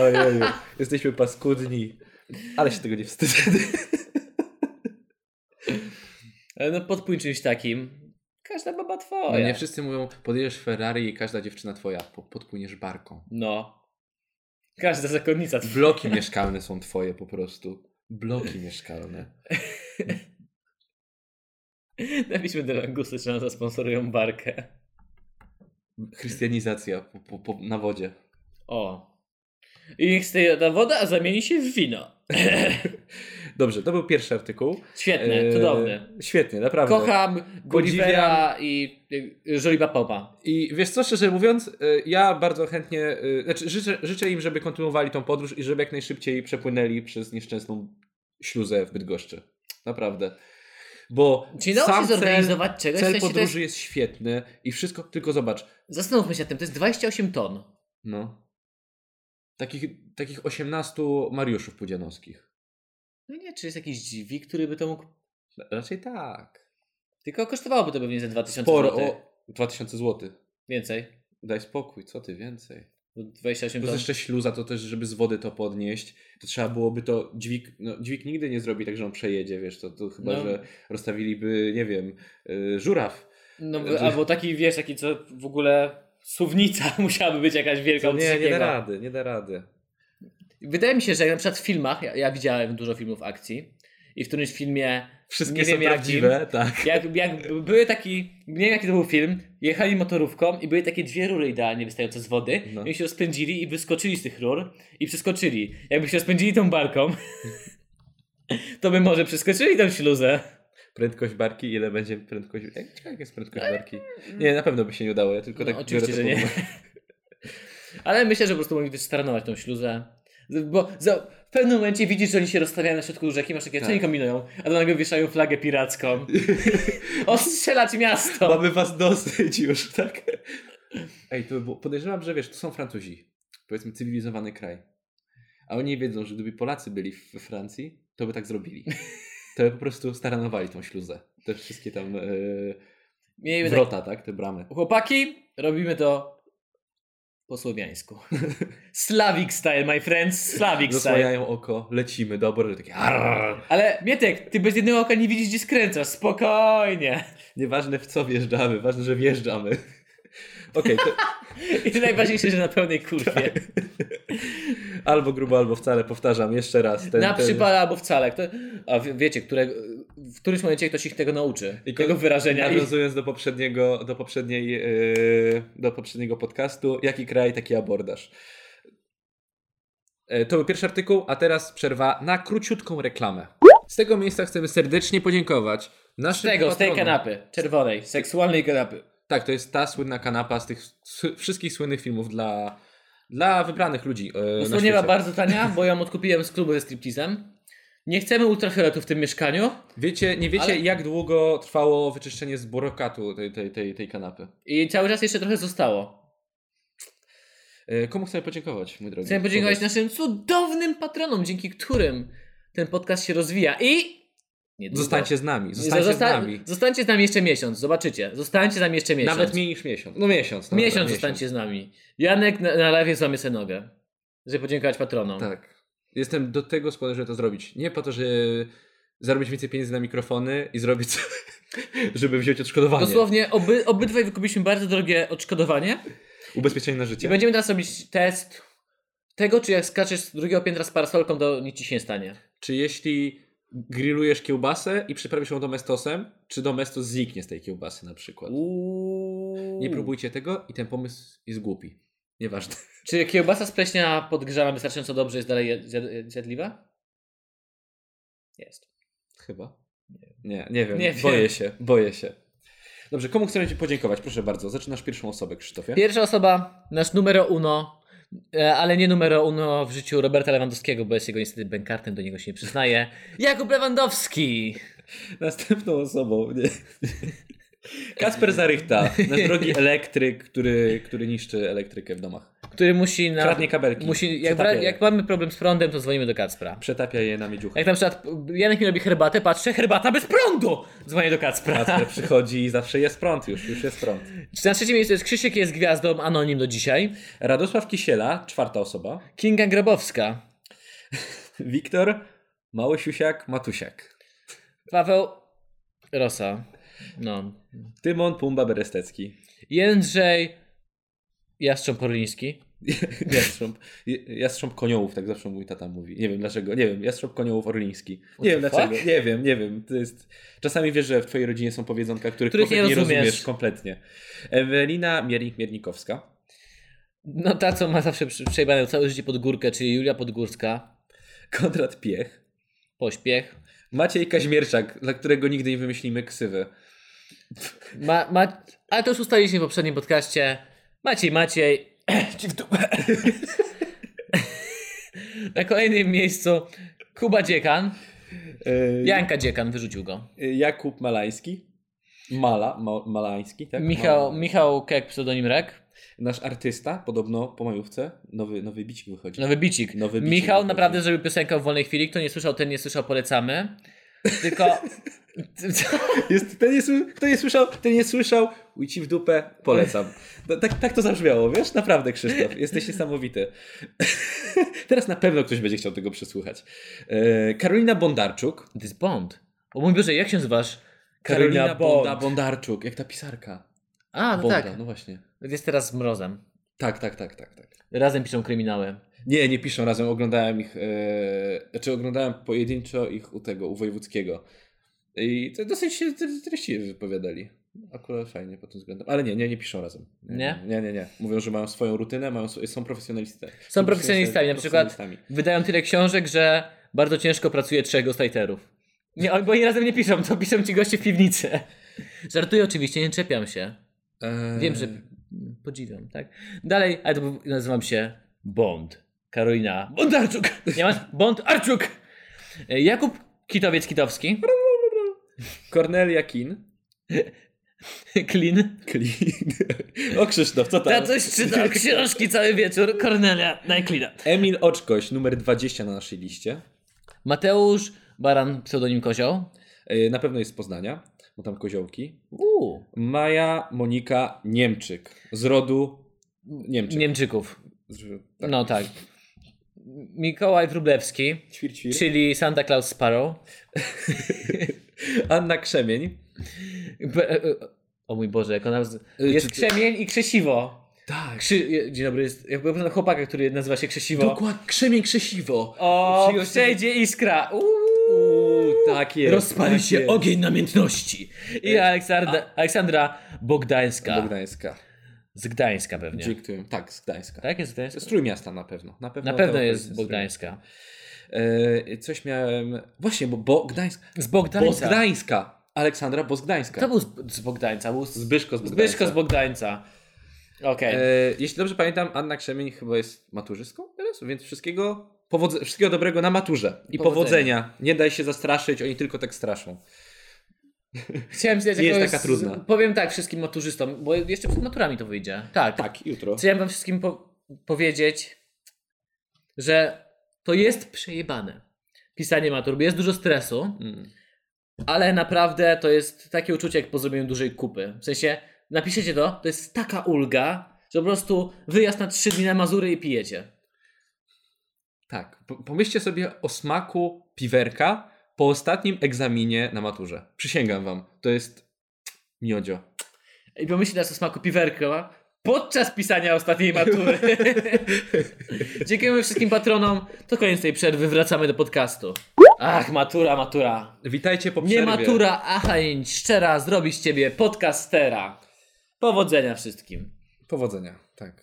Speaker 2: *laughs* Ojej, jesteśmy paskudni, ale się tego nie wstydzę.
Speaker 1: Ale No podpój czymś takim. Każda baba
Speaker 2: No
Speaker 1: twoja.
Speaker 2: nie wszyscy mówią, podjedziesz Ferrari i każda dziewczyna twoja, po- podpłyniesz barką.
Speaker 1: No. Każda zakonnica twoja. *laughs*
Speaker 2: Bloki mieszkalne są twoje po prostu. Bloki mieszkalne.
Speaker 1: Napiszmy do Langusy, czy nam zasponsorują barkę.
Speaker 2: Chrystianizacja po, po, po, na wodzie.
Speaker 1: O. I niech steje ta woda, a zamieni się w wino.
Speaker 2: Dobrze, to był pierwszy artykuł.
Speaker 1: Świetne,
Speaker 2: Eee,
Speaker 1: cudowne.
Speaker 2: Świetnie, naprawdę.
Speaker 1: Kocham Gullivera i y, Żoliba Popa.
Speaker 2: I wiesz co, szczerze mówiąc, y, ja bardzo chętnie, y, znaczy życzę, życzę im, żeby kontynuowali tą podróż i żeby jak najszybciej przepłynęli przez nieszczęsną śluzę w Bydgoszczy. Naprawdę. Bo
Speaker 1: Czy dało się
Speaker 2: sam cel,
Speaker 1: zorganizować czegoś? W
Speaker 2: cel
Speaker 1: sensie to
Speaker 2: podróży
Speaker 1: jest,
Speaker 2: jest świetny i wszystko, tylko zobacz,
Speaker 1: zastanówmy się nad tym, to jest 28 ton.
Speaker 2: No. Takich, takich 18 Mariuszów Pudzianowskich.
Speaker 1: No nie, czy jest jakiś dźwig, który by to mógł...
Speaker 2: Raczej tak.
Speaker 1: Tylko kosztowałoby to pewnie ze 2000
Speaker 2: Sporo,
Speaker 1: zł.
Speaker 2: o 2000 zł.
Speaker 1: Więcej.
Speaker 2: Daj spokój, co ty więcej.
Speaker 1: Bo 28
Speaker 2: Plus
Speaker 1: ton.
Speaker 2: jeszcze śluza, to też, żeby z wody to podnieść, to trzeba byłoby to dźwig, no dźwig nigdy nie zrobi tak, że on przejedzie, wiesz, to, to chyba,
Speaker 1: No.
Speaker 2: że rozstawiliby, nie wiem, y, żuraw.
Speaker 1: No,
Speaker 2: Znaczy-
Speaker 1: albo taki, wiesz, taki co w ogóle... Suwnica *laughs* musiałaby być jakaś wielka
Speaker 2: To
Speaker 1: od
Speaker 2: nie, nie da
Speaker 1: wszystkiego.
Speaker 2: rady, nie da rady.
Speaker 1: Wydaje mi się, że jak na przykład w filmach, ja, ja widziałem dużo filmów akcji i w którymś filmie,
Speaker 2: Wszystkie
Speaker 1: Nie
Speaker 2: są
Speaker 1: wiem, jak
Speaker 2: prawdziwe, tak.
Speaker 1: jak, jak były taki, nie wiem jaki to był film, jechali motorówką i były takie dwie rury idealnie wystające z wody
Speaker 2: No.
Speaker 1: i oni się rozpędzili i wyskoczyli z tych rur i przeskoczyli. Jakby się rozpędzili tą barką, *laughs* to by może przeskoczyli tą śluzę.
Speaker 2: Prędkość barki, ile będzie prędkość... Jak, ciekawe, jak jest prędkość barki? Nie, na pewno by się nie udało, ja tylko
Speaker 1: No,
Speaker 2: tak
Speaker 1: oczywiście,
Speaker 2: biorę
Speaker 1: że
Speaker 2: to pod
Speaker 1: nie.
Speaker 2: uwagę.
Speaker 1: Ale myślę, że po prostu mogli wystaranować tą śluzę. Bo za, w pewnym momencie widzisz, że oni się rozstawiają na środku rzeki, masz takie, co
Speaker 2: Tak.
Speaker 1: oni kombinują? A do nagle wieszają flagę piracką. Ostrzelać miasto!
Speaker 2: Mamy was dosyć już, tak? No. Ej, to by było, podejrzewam, że wiesz, to są Francuzi. Powiedzmy cywilizowany kraj. A oni wiedzą, że gdyby Polacy byli we Francji, to by tak zrobili. To by po prostu staranowali tą śluzę. Te wszystkie tam e,
Speaker 1: Miejmy tak,
Speaker 2: wrota, tak? Te bramy.
Speaker 1: chłopaki, robimy to po słowiańsku. *laughs* Slavic style, my friends, Slavic style.
Speaker 2: Zasłaniają oko, lecimy, dobre, takie arrrr.
Speaker 1: Ale Mietek, ty bez jednego oka nie widzisz, gdzie skręcasz. Spokojnie.
Speaker 2: Nieważne w co wjeżdżamy, ważne, że wjeżdżamy. *laughs* Okej, to
Speaker 1: I to najważniejsze, że na pełnej kurwie.
Speaker 2: albo grubo, albo wcale, powtarzam jeszcze raz. Ten,
Speaker 1: na
Speaker 2: ten...
Speaker 1: przypale albo wcale. Kto, a wie- wiecie, które, w którymś momencie ktoś ich tego nauczy.
Speaker 2: I
Speaker 1: tego
Speaker 2: ko-
Speaker 1: wyrażenia. I,
Speaker 2: Nawiązując do poprzedniego, do, poprzedniej, yy, do poprzedniego podcastu, jaki kraj, taki abordaż. E, To był pierwszy artykuł, a teraz przerwa na króciutką reklamę. Z tego miejsca chcemy serdecznie podziękować
Speaker 1: z
Speaker 2: naszym
Speaker 1: tego, z tej
Speaker 2: patronom.
Speaker 1: kanapy. Czerwonej. Seksualnej kanapy.
Speaker 2: Tak, to jest ta słynna kanapa z tych s- wszystkich słynnych filmów dla, dla wybranych ludzi. e, na
Speaker 1: Usłoniła
Speaker 2: świecie.
Speaker 1: bardzo tania, bo ją odkupiłem z klubu ze striptizem. Nie chcemy ultrafioletu w tym mieszkaniu.
Speaker 2: Wiecie, nie wiecie,
Speaker 1: Ale-
Speaker 2: jak długo trwało wyczyszczenie z burokatu tej, tej, tej, tej kanapy.
Speaker 1: I cały czas jeszcze trochę zostało.
Speaker 2: E, Komu chcemy podziękować, mój drogi?
Speaker 1: Chcę podziękować
Speaker 2: Powiedz.
Speaker 1: naszym cudownym patronom, dzięki którym ten podcast się rozwija i... niedługo-
Speaker 2: Zostańcie z nami, zostańcie
Speaker 1: Zosta-
Speaker 2: z nami.
Speaker 1: Zostańcie z nami jeszcze miesiąc, zobaczycie. Zostańcie z nami jeszcze miesiąc.
Speaker 2: Nawet mniej niż miesiąc. No miesiąc. Dobra,
Speaker 1: miesiąc zostańcie z nami. Janek na, na lewie złamie sobie nogę, żeby podziękować patronom.
Speaker 2: Tak. Jestem do tego skłonny, żeby to zrobić. Nie po to, że zarobić więcej pieniędzy na mikrofony i zrobić, co- *laughs* żeby wziąć odszkodowanie.
Speaker 1: Dosłownie oby, obydwaj wykupiliśmy bardzo drogie odszkodowanie
Speaker 2: Ubezpieczenie na
Speaker 1: i
Speaker 2: życie.
Speaker 1: będziemy teraz robić test tego, czy jak skaczesz z drugiego piętra z parasolką, to nic ci się nie stanie.
Speaker 2: Czy jeśli grillujesz kiełbasę i przyprawisz ją domestosem, czy domestos zniknie z tej kiełbasy na przykład?
Speaker 1: Uuu.
Speaker 2: Nie próbujcie tego i ten pomysł jest głupi. Nieważne. *laughs*
Speaker 1: Czy kiełbasa z pleśnia podgrzana wystarczająco dobrze jest dalej je- zjad- zjadliwa? Jest.
Speaker 2: Chyba. Nie, nie wiem.
Speaker 1: Nie
Speaker 2: boję
Speaker 1: wiem.
Speaker 2: się, boję się. Dobrze, komu chcemy Ci podziękować? Proszę bardzo, zaczynasz pierwszą osobę, Krzysztofie.
Speaker 1: Pierwsza osoba, nasz numero uno, e, ale nie numero uno w życiu Roberta Lewandowskiego, bo jest jego niestety bękartem, do niego się nie przyznaje. Jakub Lewandowski!
Speaker 2: Następną osobą. Nie. Kasper Zarychta, nasz drogi elektryk, który, który niszczy elektrykę w domach.
Speaker 1: Który musi na.
Speaker 2: Kradnie kabelki.
Speaker 1: No, Musi, jak,
Speaker 2: Przetapia
Speaker 1: bra-
Speaker 2: je.
Speaker 1: jak mamy problem z prądem, to dzwonimy do Kacpra.
Speaker 2: Przetapia je na miedziuchę.
Speaker 1: Jak na przykład Janek mi robi herbatę, patrzę, herbata bez prądu! Dzwonię do Kacpra.
Speaker 2: Kasper przychodzi i zawsze jest prąd już, już jest prąd.
Speaker 1: *laughs* Na trzecim miejscu jest Krzysiek, jest gwiazdą, anonim do dzisiaj.
Speaker 2: Radosław Kisiela, czwarta osoba.
Speaker 1: Kinga Grabowska.
Speaker 2: Wiktor Małysiusiak Matusiak.
Speaker 1: Paweł Rosa. No.
Speaker 2: Tymon Pumba Berestecki.
Speaker 1: Jędrzej Jastrząb-Porliński.
Speaker 2: Jastrząb, jastrząb koniołów, tak zawsze mój tata mówi. Nie wiem dlaczego, nie wiem, jastrząb koniołów orliński.
Speaker 1: What
Speaker 2: Nie wiem
Speaker 1: the
Speaker 2: dlaczego,
Speaker 1: fuck?
Speaker 2: nie wiem, nie wiem. To jest... Czasami wiesz, że w twojej rodzinie są powiedzonka, których,
Speaker 1: Których
Speaker 2: kompletnie
Speaker 1: nie
Speaker 2: nie rozumiesz.
Speaker 1: rozumiesz.
Speaker 2: kompletnie. Ewelina Miernik-Miernikowska.
Speaker 1: No ta, co ma zawsze przy- przejebane całe życie pod górkę, czyli Julia Podgórska.
Speaker 2: Konrad Piech.
Speaker 1: Pośpiech.
Speaker 2: Maciej Kaźmierczak, dla którego nigdy nie wymyślimy ksywy.
Speaker 1: Ma, ma... Ale to już ustaliliśmy w poprzednim podcaście. Maciej, Maciej. *clears throat* Ci w dupę. *laughs* Na kolejnym miejscu Kuba Dziekan.
Speaker 2: E,
Speaker 1: Janka Dziekan wyrzucił go.
Speaker 2: Jakub Malański. Mala, ma, Malański, tak?
Speaker 1: Michał,
Speaker 2: Mala.
Speaker 1: Michał Kek, pseudonim Rek.
Speaker 2: Nasz artysta, podobno po majówce, nowy, nowy bicik wychodzi.
Speaker 1: Nowy bicik.
Speaker 2: Nowy bicik
Speaker 1: Michał
Speaker 2: wychodzi.
Speaker 1: naprawdę zrobił piosenkę w wolnej chwili. Kto nie słyszał, ten nie słyszał, polecamy.
Speaker 2: *laughs*
Speaker 1: Tylko...
Speaker 2: Jest, ten nie, sły- kto nie słyszał, ten nie słyszał, uj ci w dupę, polecam. No, tak, tak to zabrzmiało, wiesz? Naprawdę, Krzysztof, jesteś niesamowity. *laughs* Teraz na pewno ktoś będzie chciał tego przesłuchać. E, Karolina Bondarczuk.
Speaker 1: To jest Bond. O mój Boże, jak się nazywasz?
Speaker 2: Bonda Bondarczuk, jak ta pisarka.
Speaker 1: A, no
Speaker 2: Bonda,
Speaker 1: tak.
Speaker 2: no właśnie.
Speaker 1: Jest teraz z Mrozem.
Speaker 2: Tak, tak, tak, tak, tak.
Speaker 1: Razem piszą kryminały.
Speaker 2: Nie, nie piszą razem, oglądałem ich, e, znaczy oglądałem pojedynczo ich u tego, u Wojewódzkiego. I to dosyć się tre- treściwie wypowiadali. Akurat fajnie pod tym względem. Ale nie, nie, nie piszą razem.
Speaker 1: Nie?
Speaker 2: Nie, nie, nie. Mówią, że mają swoją rutynę, mają, sw- są profesjonalistami.
Speaker 1: Są profesjonalistami, na przykład-
Speaker 2: profesjonalistami.
Speaker 1: Wydają tyle książek, że bardzo ciężko pracuje trzech ghostwriterów. Nie, oni- bo oni razem nie piszą, to piszą ci goście w piwnicy. *laughs* Żartuję oczywiście, nie czepiam się.
Speaker 2: E,
Speaker 1: Wiem, że podziwiam, tak? Dalej, ale to był- nazywam się Bond. Karolina Bondarczuk. Nie masz? Bond Arczuk. Jakub Kitowiec-Kitowski. *laughs*
Speaker 2: Cornelia Kin.
Speaker 1: Klin.
Speaker 2: Klin. *laughs* O Krzysztof, co tam?
Speaker 1: Ta coś czyta książki cały wieczór. Kornelia Najklina.
Speaker 2: Emil Oczkoś, numer 20 na naszej liście.
Speaker 1: Mateusz Baran, pseudonim Kozioł.
Speaker 2: E, Na pewno jest z Poznania, bo tam koziołki.
Speaker 1: Uuu.
Speaker 2: Maja Monika Niemczyk. Z rodu Niemczyk.
Speaker 1: Niemczyków.
Speaker 2: Z- tak.
Speaker 1: No tak. Mikołaj Wróblewski,
Speaker 2: Ćwir, ćwir.
Speaker 1: czyli Santa Claus Sparrow.
Speaker 2: Anna Krzemień.
Speaker 1: B- e, e, o mój Boże, jak ona... Z...
Speaker 2: Y,
Speaker 1: Jest
Speaker 2: czy-
Speaker 1: Krzemień i Krzesiwo.
Speaker 2: Tak.
Speaker 1: Krzy... e, Dzień dobry, jest... ja byłem na chłopaka, który nazywa się Krzesiwo.
Speaker 2: Dokładnie. Krzemień Krzesiwo.
Speaker 1: O,
Speaker 2: Przyjął się-
Speaker 1: przejdzie iskra. Uuu.
Speaker 2: Uuu, tak jest.
Speaker 1: Rozpali
Speaker 2: tak
Speaker 1: się
Speaker 2: jest.
Speaker 1: ogień namiętności. I Aleksandra, Aleksandra Bogdańska.
Speaker 2: Do Gdańska.
Speaker 1: Z Gdańska pewnie.
Speaker 2: Dziękuję. Tak, z Gdańska.
Speaker 1: Tak, jest z Gdańska?
Speaker 2: Z Trójmiasta na pewno. Na pewno,
Speaker 1: Na pewno
Speaker 2: to
Speaker 1: jest z
Speaker 2: z
Speaker 1: Bogdańska.
Speaker 2: Trójmiasta. E, coś miałem... Właśnie, bo Bogdańsk...
Speaker 1: Z
Speaker 2: Bo z
Speaker 1: Bogdańca.
Speaker 2: Gdańska. Aleksandra Bozgdańska.
Speaker 1: To był z- z Bogdańca. Był z...
Speaker 2: Zbyszko z Bogdańska.
Speaker 1: Zbyszko z Bogdańca. Okej.
Speaker 2: E, jeśli dobrze pamiętam, Anna Krzemień chyba jest maturzystką teraz, więc wszystkiego, powodze- wszystkiego dobrego na maturze i
Speaker 1: Powodzenia.
Speaker 2: powodzenia. Nie daj się zastraszyć, oni tylko tak straszą.
Speaker 1: Chciałem zdać
Speaker 2: nie jest
Speaker 1: jakąś-
Speaker 2: taka trudna.
Speaker 1: Powiem tak wszystkim maturzystom, bo jeszcze przed maturami to wyjdzie. Tak.
Speaker 2: Tak, jutro.
Speaker 1: Chciałem wam wszystkim po... powiedzieć, że to jest przejebane. Pisanie matur, bo jest dużo stresu,
Speaker 2: Mm.
Speaker 1: ale naprawdę to jest takie uczucie jak po zrobieniu dużej kupy. W sensie, napiszecie to, to jest taka ulga, że po prostu wyjazd na trzy dni na Mazury i pijecie.
Speaker 2: Tak. Po- Pomyślcie sobie o smaku piwerka po ostatnim egzaminie na maturze. Przysięgam wam, to jest miodzio.
Speaker 1: I pomyślcie teraz o smaku piwerka podczas pisania ostatniej
Speaker 2: *laughs*
Speaker 1: matury. Dziękujemy wszystkim patronom. To koniec tej przerwy, wracamy do podcastu. Ach, matura, matura.
Speaker 2: Witajcie po przerwie.
Speaker 1: Nie matura, a chęć szczera zrobi z ciebie podcastera. Powodzenia wszystkim.
Speaker 2: Powodzenia, tak.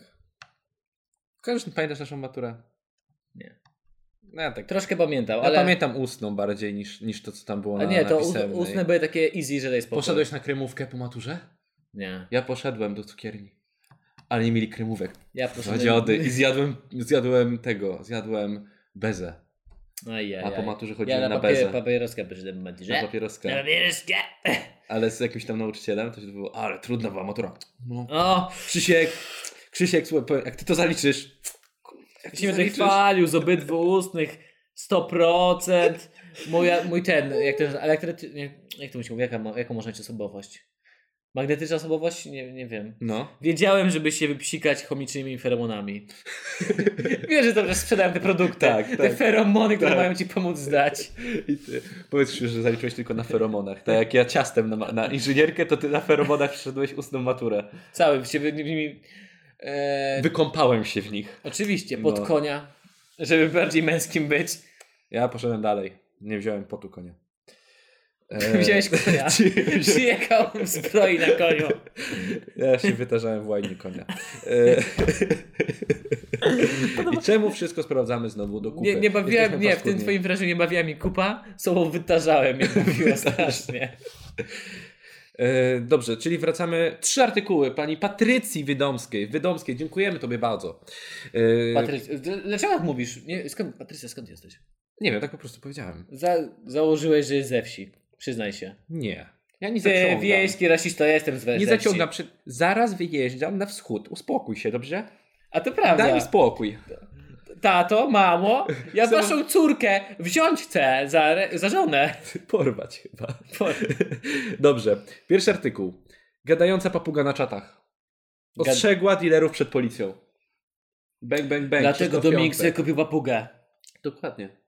Speaker 2: Kojarzysz, pamiętasz naszą maturę?
Speaker 1: Nie.
Speaker 2: No ja tak.
Speaker 1: Troszkę pamiętał,
Speaker 2: Ja
Speaker 1: ale...
Speaker 2: pamiętam ustną bardziej niż, niż to, co tam było
Speaker 1: A
Speaker 2: na
Speaker 1: nie, to ust-
Speaker 2: napisemnej.
Speaker 1: ustne były takie easy, że daj spokój.
Speaker 2: Poszedłeś na kremówkę po maturze?
Speaker 1: Nie.
Speaker 2: Ja poszedłem do cukierni. Ale nie mieli kremówek.
Speaker 1: Ja
Speaker 2: Za
Speaker 1: poszedłem...
Speaker 2: dziady. I zjadłem, zjadłem tego, zjadłem bezę.
Speaker 1: Ajajaj.
Speaker 2: A po maturze chodziłem
Speaker 1: Ja na
Speaker 2: na
Speaker 1: papie-
Speaker 2: bezę.
Speaker 1: papieroska poszedłem na
Speaker 2: Na
Speaker 1: maturze.
Speaker 2: papieroska.
Speaker 1: Na papieroskę.
Speaker 2: Ale z jakimś tam nauczycielem to się było, ale trudna była matura. No.
Speaker 1: O,
Speaker 2: Krzysiek, Krzysiek, słuchaj, powiem, jak ty to zaliczysz. Jak
Speaker 1: się będę chwalił z obydwu ustnych 100%. Mój, mój ten, jak ten, elektrety, nie, jak to mi się mówi, jaka, ma- jaką można mieć osobowość? Magnetyczna osobowość? Nie, nie wiem.
Speaker 2: No.
Speaker 1: Wiedziałem, żeby się wypsikać chomicznymi feromonami. *laughs* Wiesz, że dobrze sprzedałem te produkty.
Speaker 2: Tak,
Speaker 1: te
Speaker 2: tak.
Speaker 1: feromony, które
Speaker 2: Tak.
Speaker 1: mają ci pomóc zdać.
Speaker 2: I ty, powiedz Krzysiu, że zaliczyłeś tylko na feromonach. Tak jak ja ciastem na, ma- na inżynierkę, to ty na feromonach przyszedłeś ustną maturę.
Speaker 1: Cały się wy- nimi. E,
Speaker 2: Wykąpałem się w nich.
Speaker 1: Oczywiście, pod
Speaker 2: No.
Speaker 1: konia, żeby bardziej męskim być.
Speaker 2: Ja poszedłem dalej. Nie wziąłem potu konia.
Speaker 1: *laughs*
Speaker 2: E.
Speaker 1: Wziąłeś konia.
Speaker 2: *laughs*
Speaker 1: Przyjechał zbroi na koniu.
Speaker 2: Ja się wytarzałem w łajnie konia.
Speaker 1: *laughs*
Speaker 2: E, I czemu wszystko sprawdzamy znowu do kupy?
Speaker 1: Nie, nie bawiłem,
Speaker 2: Jesteśmy
Speaker 1: nie, w tym
Speaker 2: paskudni.
Speaker 1: twoim wrażeniu nie bawiła mi kupa, słowo wytarzałem, jak *laughs* mówiła strasznie.
Speaker 2: E, Dobrze, czyli wracamy. Trzy artykuły pani Patrycji Wydomskiej. Wydomskiej, dziękujemy tobie bardzo. E,
Speaker 1: Patrycja, dlaczego tak mówisz? Nie, skąd, Patrycja, skąd jesteś?
Speaker 2: nie wiem, tak po prostu powiedziałem.
Speaker 1: Za, założyłeś, że jest ze wsi, przyznaj się.
Speaker 2: Nie. Ja nie
Speaker 1: Ty
Speaker 2: zaciągam.
Speaker 1: wiejski rasista, ja jestem z
Speaker 2: Nie
Speaker 1: Wersji.
Speaker 2: zaciągam. Przy... Zaraz wyjeżdżam na wschód. Uspokój się, dobrze?
Speaker 1: A to prawda.
Speaker 2: Daj mi spokój.
Speaker 1: Tato, mamo, ja
Speaker 2: Co?
Speaker 1: waszą córkę wziąć chcę za, re- za żonę.
Speaker 2: Porwać chyba.
Speaker 1: Po-
Speaker 2: Dobrze. Pierwszy artykuł. Gadająca papuga na czatach. Ostrzegła dealerów przed policją. Bang, bang, bang.
Speaker 1: Dlatego
Speaker 2: do
Speaker 1: Dominik sobie kupił papugę.
Speaker 2: Dokładnie.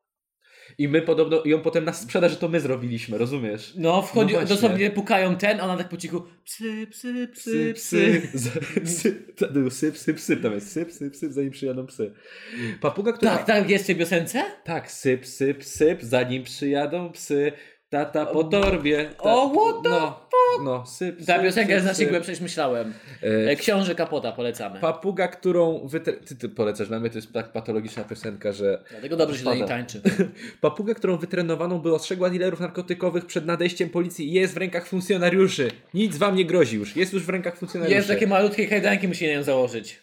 Speaker 2: I my podobno, i on potem nas sprzeda, że to my zrobiliśmy, rozumiesz?
Speaker 1: No, wchodzi,
Speaker 2: No właśnie.
Speaker 1: dosłownie pukają ten, a ona tak po cichu psy, psy, psy, psy.
Speaker 2: Z- psy, to był psy, psy, psy, tam jest psy, psy, psy, zanim przyjadą psy. Papuga, która...
Speaker 1: Tak, tak jest w tej piosence?
Speaker 2: Tak, syp, syp, syp, zanim przyjadą psy, tata po torbie. Ta...
Speaker 1: O, what the
Speaker 2: no, no, syp, syp,
Speaker 1: Ta piosenka
Speaker 2: syp,
Speaker 1: jest znacznie
Speaker 2: syp.
Speaker 1: głębsza niż myślałem.
Speaker 2: E,
Speaker 1: E, Książę Kapota polecamy.
Speaker 2: Papuga, którą wytre... ty, ty polecasz dla mnie, to jest tak patologiczna piosenka, że...
Speaker 1: Dlatego dobrze się do niej
Speaker 2: Pada. *laughs*
Speaker 1: tańczy.
Speaker 2: Papuga, którą wytrenowaną, by ostrzegła dealerów narkotykowych przed nadejściem policji, jest w rękach funkcjonariuszy. Nic wam nie grozi już, jest już w rękach funkcjonariuszy.
Speaker 1: Jest takie malutkie kajdanki, musi na nią założyć.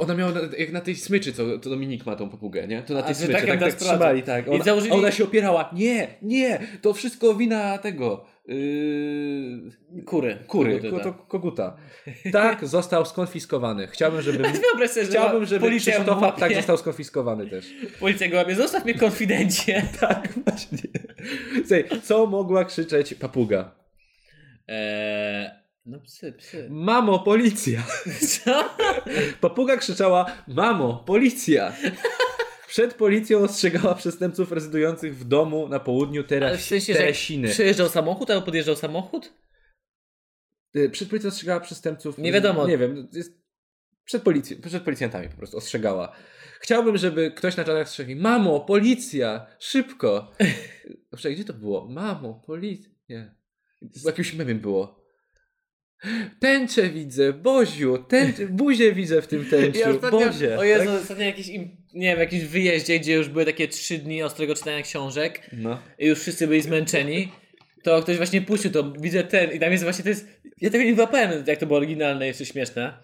Speaker 2: Ona miała, na, jak na tej smyczy, co to Dominik ma tą papugę, nie? To na
Speaker 1: A,
Speaker 2: tej
Speaker 1: że
Speaker 2: smyczy,
Speaker 1: tak
Speaker 2: tak,
Speaker 1: jak
Speaker 2: tak,
Speaker 1: nas
Speaker 2: tak
Speaker 1: sprawdza.
Speaker 2: trzymali, tak.
Speaker 1: I
Speaker 2: Ona,
Speaker 1: założyli-
Speaker 2: ona się opierała, nie, nie, to wszystko wina tego, yy,
Speaker 1: Kury.
Speaker 2: kury,
Speaker 1: Koguty,
Speaker 2: koguta.
Speaker 1: tak.
Speaker 2: To koguta. *laughs* Tak, został skonfiskowany. Chciałbym, żeby...
Speaker 1: A ty *laughs* wyobraź sobie, że
Speaker 2: Chciałbym, żeby
Speaker 1: policja go
Speaker 2: Krzysztofa
Speaker 1: łapie. *laughs*
Speaker 2: tak został skonfiskowany też.
Speaker 1: Policja go łapie. Zostaw mnie konfidencie.
Speaker 2: *laughs* Tak, właśnie. Słuchaj, co mogła krzyczeć papuga?
Speaker 1: Eee, no psy, psy. *laughs*
Speaker 2: Mamo, policja!
Speaker 1: Co?
Speaker 2: Papuga krzyczała: Mamo, policja! Przed policją ostrzegała przestępców rezydujących w domu na południu
Speaker 1: Ale
Speaker 2: teraz,
Speaker 1: w sensie, że jak
Speaker 2: Teresiny.
Speaker 1: Przejeżdżał samochód albo podjeżdżał samochód?
Speaker 2: Y, Przed policją ostrzegała przestępców.
Speaker 1: Nie wiadomo.
Speaker 2: Nie wiem. Jest... Przed, policji... przed policjantami po prostu ostrzegała. Chciałbym, żeby ktoś na czatach strzegł: Mamo, policja!
Speaker 1: *laughs*
Speaker 2: Szybko! Dobrze, gdzie to było? Mamo, policja. Nie. W jakimś memie było. Tęczę widzę, Boziu, tęczę, buzię widzę w tym tęczu, Bozie.
Speaker 1: o Jezu, ostatnio jakiś im, nie wiem, w jakimś wyjeździe, gdzie już były takie trzy dni ostrego czytania książek.
Speaker 2: No.
Speaker 1: i już wszyscy byli zmęczeni, to ktoś właśnie puścił to, widzę ten i tam jest właśnie, to jest, ja tego nie wyłapałem, jak to było oryginalne, jeszcze śmieszne.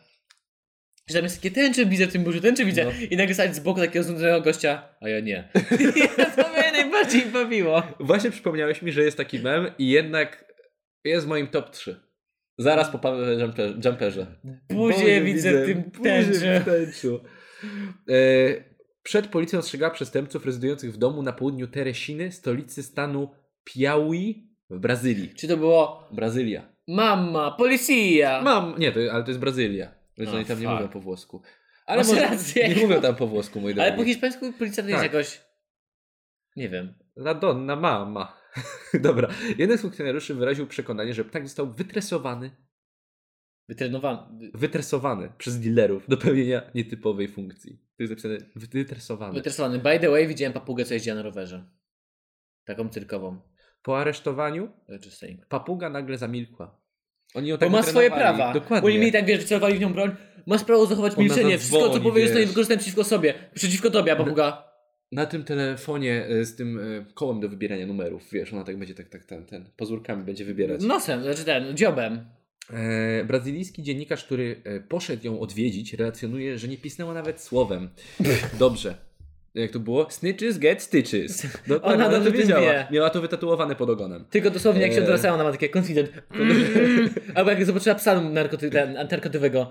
Speaker 1: Że tam jest takie, ten czy widzę w tym burzu, ten czy widzę.
Speaker 2: No.
Speaker 1: I nagle stać z boku takiego znudzonego gościa, a ja nie. *laughs* I to mnie najbardziej bawiło.
Speaker 2: Właśnie przypomniałeś mi, że jest taki mem i jednak jest w moim top 3. Zaraz po Pawle Jumper, Jumperze.
Speaker 1: Buzie
Speaker 2: Boże,
Speaker 1: widzę w tym
Speaker 2: buzie w
Speaker 1: tęczy.
Speaker 2: tęczu. E, przed policją ostrzegała przestępców rezydujących w domu na południu Teresiny, stolicy stanu Piauí w Brazylii.
Speaker 1: Czy to było
Speaker 2: Brazylia.
Speaker 1: Mama, policja!
Speaker 2: Mam, nie, to, ale to jest Brazylia. Więc
Speaker 1: A,
Speaker 2: oni tam nie
Speaker 1: fuck.
Speaker 2: mówią po włosku. Ale
Speaker 1: Masz
Speaker 2: może,
Speaker 1: rację.
Speaker 2: nie mówią tam po włosku, mój drogi.
Speaker 1: Ale po hiszpańsku policja to jest
Speaker 2: Tak.
Speaker 1: jakoś... Nie wiem.
Speaker 2: Radonna mama. *laughs* Dobra. Jeden z funkcjonariuszy wyraził przekonanie, że ptak został wytresowany,
Speaker 1: Wytrenowany.
Speaker 2: wytresowany przez dealerów do pełnienia nietypowej funkcji. Tu jest napisane wytresowany.
Speaker 1: Wytresowany. By the way, widziałem papugę, co jeździła na rowerze. Taką cyrkową.
Speaker 2: Po aresztowaniu
Speaker 1: Registerik.
Speaker 2: papuga nagle zamilkła. Oni ją
Speaker 1: Bo
Speaker 2: tak
Speaker 1: ma swoje
Speaker 2: natrenowali.
Speaker 1: prawa.
Speaker 2: Dokładnie.
Speaker 1: Oni mieli tak, wiesz, wycelowali w nią broń. Masz prawo zachować
Speaker 2: Ona
Speaker 1: milczenie. Wszystko, co
Speaker 2: zadzwoni,
Speaker 1: powiesz, zostanie
Speaker 2: wiesz.
Speaker 1: wykorzystane przeciwko sobie. Przeciwko tobie, a papuga.
Speaker 2: Na tym telefonie e, z tym e, kołem do wybierania numerów, wiesz, ona tak będzie tak, tak, ten, ten, pazurkami będzie wybierać.
Speaker 1: Nosem, znaczy ten, dziobem.
Speaker 2: E, brazylijski dziennikarz, który e, poszedł ją odwiedzić, relacjonuje, że nie pisnęła nawet
Speaker 1: *laughs*
Speaker 2: słowem. Dobrze. Jak to było? Snitches get stitches. Dokładnie,
Speaker 1: Ona
Speaker 2: ona
Speaker 1: dobrze
Speaker 2: to
Speaker 1: tym wie.
Speaker 2: wiedziała. Miała to wytatuowane pod ogonem.
Speaker 1: Tylko dosłownie jak się
Speaker 2: Eee.
Speaker 1: odwracała, ona ma takie confident. Mm. *laughs* Albo jak zobaczyła psa narkoty, ten, narkotywego.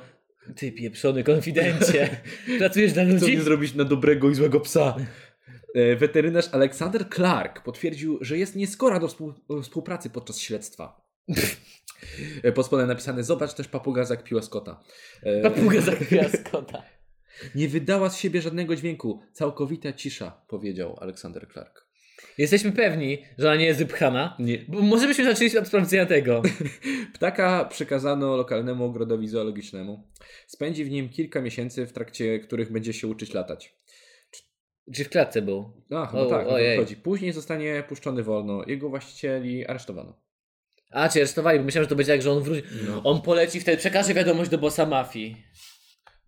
Speaker 1: Ty pieprzony
Speaker 2: *laughs*
Speaker 1: konfidencie. Pracujesz dla
Speaker 2: Co
Speaker 1: ludzi?
Speaker 2: nie zrobić na dobrego i złego psa? E, Weterynarz Alexander Clark potwierdził, że jest nieskora do współ, do współpracy podczas śledztwa. E, Pod spodem napisane, zobacz też papuga zakpiła Scotta. E,
Speaker 1: Papuga zakryła skota.
Speaker 2: *laughs* Nie wydała z siebie żadnego dźwięku. Całkowita cisza, powiedział Alexander Clark.
Speaker 1: Jesteśmy pewni, że ona nie jest wypchana.
Speaker 2: Nie,
Speaker 1: Bo może byśmy zaczęli od sprawdzenia tego.
Speaker 2: Ptaka przekazano lokalnemu ogrodowi zoologicznemu. Spędzi w nim kilka miesięcy, w trakcie których będzie się uczyć latać.
Speaker 1: Czy w klatce był?
Speaker 2: A, chyba
Speaker 1: O,
Speaker 2: tak, o
Speaker 1: ojej.
Speaker 2: to chodzi. Później zostanie puszczony wolno. Jego właścicieli aresztowano.
Speaker 1: A, cię aresztowali, bo myślałem, że to będzie tak, że on wróci.
Speaker 2: No.
Speaker 1: On poleci wtedy, przekaże wiadomość do bossa mafii.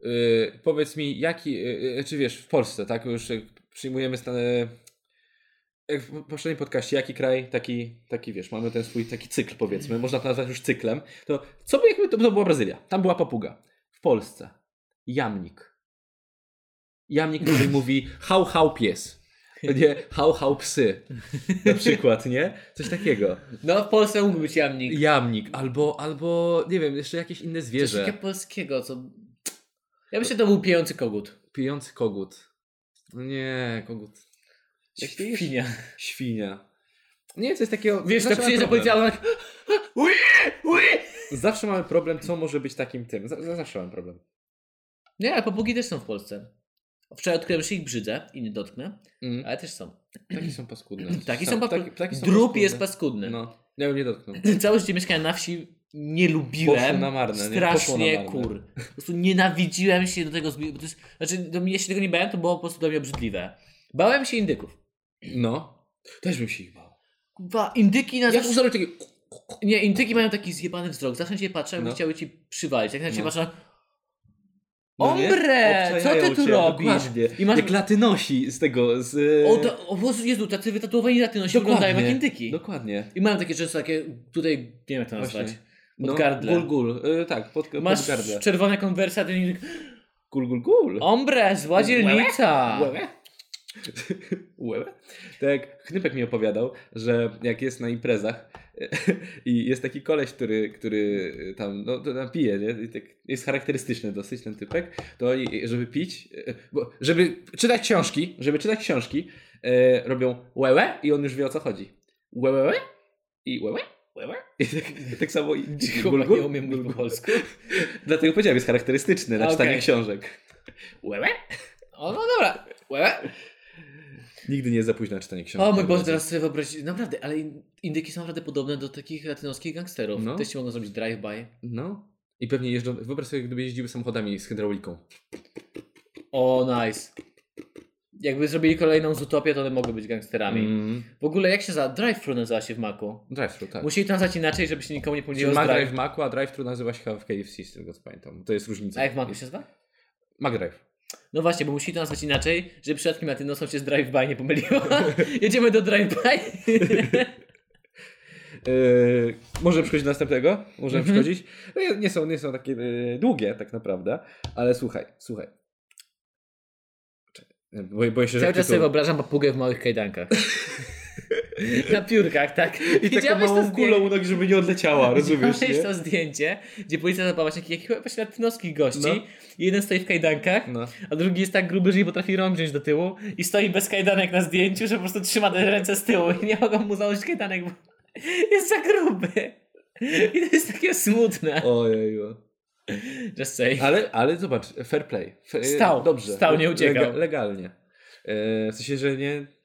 Speaker 2: Y, powiedz mi, jaki, y, y, czy wiesz, w Polsce, tak, już y, przyjmujemy stan... y, Jak w poprzednim podcaście, jaki kraj, taki, taki wiesz, mamy ten swój taki cykl powiedzmy, można to nazwać już cyklem, to co by jakby to, to była Brazylia, tam była papuga, w Polsce jamnik.
Speaker 1: *laughs*
Speaker 2: Jamnik, który mówi hał, hał pies, nie, hał, hał psy, na przykład, nie,
Speaker 1: *laughs*
Speaker 2: coś takiego.
Speaker 1: No, w Polsce mógł być jamnik.
Speaker 2: Jamnik, albo, albo, nie wiem, jeszcze jakieś inne
Speaker 1: Coś
Speaker 2: zwierzę.
Speaker 1: takiego polskiego, co... Ja myślę, że to był pijący kogut.
Speaker 2: Pijący kogut. No nie, kogut. Jak to jest? Znaczy,
Speaker 1: Świnia.
Speaker 2: Świnia. Nie, coś takiego.
Speaker 1: Wiesz,
Speaker 2: zawsze
Speaker 1: tak
Speaker 2: mamy
Speaker 1: przyjeżdża policja,
Speaker 2: problem. *laughs*
Speaker 1: ona tak... Ui, ui.
Speaker 2: Zawsze mamy problem, co może być takim tym. Z- z- Zawsze mamy problem.
Speaker 1: Nie, ale papugi też są w Polsce. Wczoraj odkryłem, że ich brzydzę i nie dotknę, ale też są.
Speaker 2: E, Takie są paskudne.
Speaker 1: *clears throat* Taki Mm. są papugi.
Speaker 2: Taki- taki Tak, są
Speaker 1: Drób
Speaker 2: paskudne.
Speaker 1: jest paskudny. *laughs*
Speaker 2: No, ja bym nie dotknął.
Speaker 1: Całe życie mieszkałem na wsi, nie
Speaker 2: Poszło
Speaker 1: lubiłem
Speaker 2: na marne, nie? Poszło na
Speaker 1: strasznie
Speaker 2: marne.
Speaker 1: kur. Po prostu nienawidziłem się do tego, zbi- bo to jest, znaczy do mnie, jeśli tego nie bałem, to było po prostu dla mnie obrzydliwe. Bałem się indyków.
Speaker 2: No. Też bym się ich bał.
Speaker 1: Kurwa, indyki na
Speaker 2: Jak usłyszałem taki.
Speaker 1: Nie, indyki mają taki zjebany wzrok, zawsze na ciebie patrzą, jakby
Speaker 2: No.
Speaker 1: chciały ci przywalić. Jak na ciebie
Speaker 2: No.
Speaker 1: patrzą,
Speaker 2: No nie?
Speaker 1: Ombre,
Speaker 2: Obczajają
Speaker 1: co ty tu
Speaker 2: cię,
Speaker 1: robisz?
Speaker 2: dokładnie.
Speaker 1: I masz-
Speaker 2: Jak latynosi z tego. Z...
Speaker 1: o, to, o Boże, Jezu, tacy wytatuowani latynosi
Speaker 2: E, Dokładnie.
Speaker 1: wyglądają jak indyki.
Speaker 2: Dokładnie.
Speaker 1: I mają takie często takie, tutaj, nie wiem jak to nazwać,
Speaker 2: Właśnie. No,
Speaker 1: pod gardle.
Speaker 2: Gul, gul. Y, tak, pod,
Speaker 1: Masz
Speaker 2: pod gardle.
Speaker 1: czerwone konwersy, a ten indyk,
Speaker 2: Gul, gul, gul.
Speaker 1: ombre, zła dzielnica.
Speaker 2: *laughs* Łebe? Łebe? Tak, Chnypek mi opowiadał, że jak jest na imprezach *laughs* i jest taki koleś, który, który tam, no, to tam pije, nie? I tak jest charakterystyczny dosyć ten typek, to oni, żeby pić, e, bo żeby czytać książki, żeby czytać książki, e, robią łełe i on już wie o co chodzi. Łełełe i łełe. łełe. *laughs* I tak, tak samo i
Speaker 1: Chyba nie umiem mówić po polsku.
Speaker 2: *laughs* Dlatego powiedziałem, jest charakterystyczny na
Speaker 1: Okej.
Speaker 2: czytanie książek. Łełe.
Speaker 1: O, no dobra. Łe.
Speaker 2: Nigdy nie jest za późno na czytanie książek.
Speaker 1: O mój
Speaker 2: moi
Speaker 1: Boże,
Speaker 2: drodzy.
Speaker 1: teraz sobie wyobrazić. Naprawdę, ale in- indyki są naprawdę podobne do takich latynoskich gangsterów.
Speaker 2: No.
Speaker 1: Też ci mogą zrobić drive-by.
Speaker 2: No. I pewnie jeżdżą. Wyobraź sobie, gdyby jeździły samochodami z hydrauliką.
Speaker 1: O, nice. Jakby zrobili kolejną z Utopię, to one mogły być gangsterami.
Speaker 2: Mm.
Speaker 1: W ogóle jak się za drive-thru nazywa się w Macu?
Speaker 2: Drive-thru, tak.
Speaker 1: Musieli to nazwać inaczej, żeby się nikomu nie pomyliło
Speaker 2: Czyli
Speaker 1: z
Speaker 2: Mac Drive
Speaker 1: drive.
Speaker 2: w Macu, a Drive-thru nazywa się chyba w KFC, z tego co pamiętam. To jest różnica.
Speaker 1: A jak w Macu się nazywa?
Speaker 2: Mac Drive.
Speaker 1: No właśnie, bo musieli to nazwać inaczej, żeby przypadkiem latynosom się z drive-by nie
Speaker 2: *laughs*
Speaker 1: pomyliło. Jedziemy do drive-by.
Speaker 2: Yy, możemy przechodzić do następnego? Możemy
Speaker 1: Mhm.
Speaker 2: przechodzić? No, nie- nie, są, nie są takie yy, długie, tak naprawdę. Ale słuchaj, słuchaj. Czekaj, Boję, boję się, że
Speaker 1: Cały czas
Speaker 2: tytuł-
Speaker 1: sobie wyobrażam papugę w małych kajdankach. Na piórkach, tak.
Speaker 2: I taką
Speaker 1: Widziałeś to
Speaker 2: małą kulą
Speaker 1: zdjęcie?
Speaker 2: u nogi, żeby nie odleciała, rozumiesz,
Speaker 1: Widziałeś
Speaker 2: nie?
Speaker 1: to zdjęcie, gdzie policja złapała się jakichś chyba właśnie latynoskich gości.
Speaker 2: No.
Speaker 1: I jeden stoi w kajdankach,
Speaker 2: No.
Speaker 1: a drugi jest tak gruby, że nie potrafi rąk wziąć do tyłu i stoi bez kajdanek na zdjęciu, że po prostu trzyma te ręce z tyłu i nie mogą mu założyć kajdanek, bo *laughs* jest za gruby. I to jest takie smutne.
Speaker 2: Ojeju.
Speaker 1: Just say.
Speaker 2: Ale, ale zobacz, fair play. F- e,
Speaker 1: Stał,
Speaker 2: dobrze.
Speaker 1: stał, nie uciekał.
Speaker 2: Lega, legalnie. E, w sensie, że nie...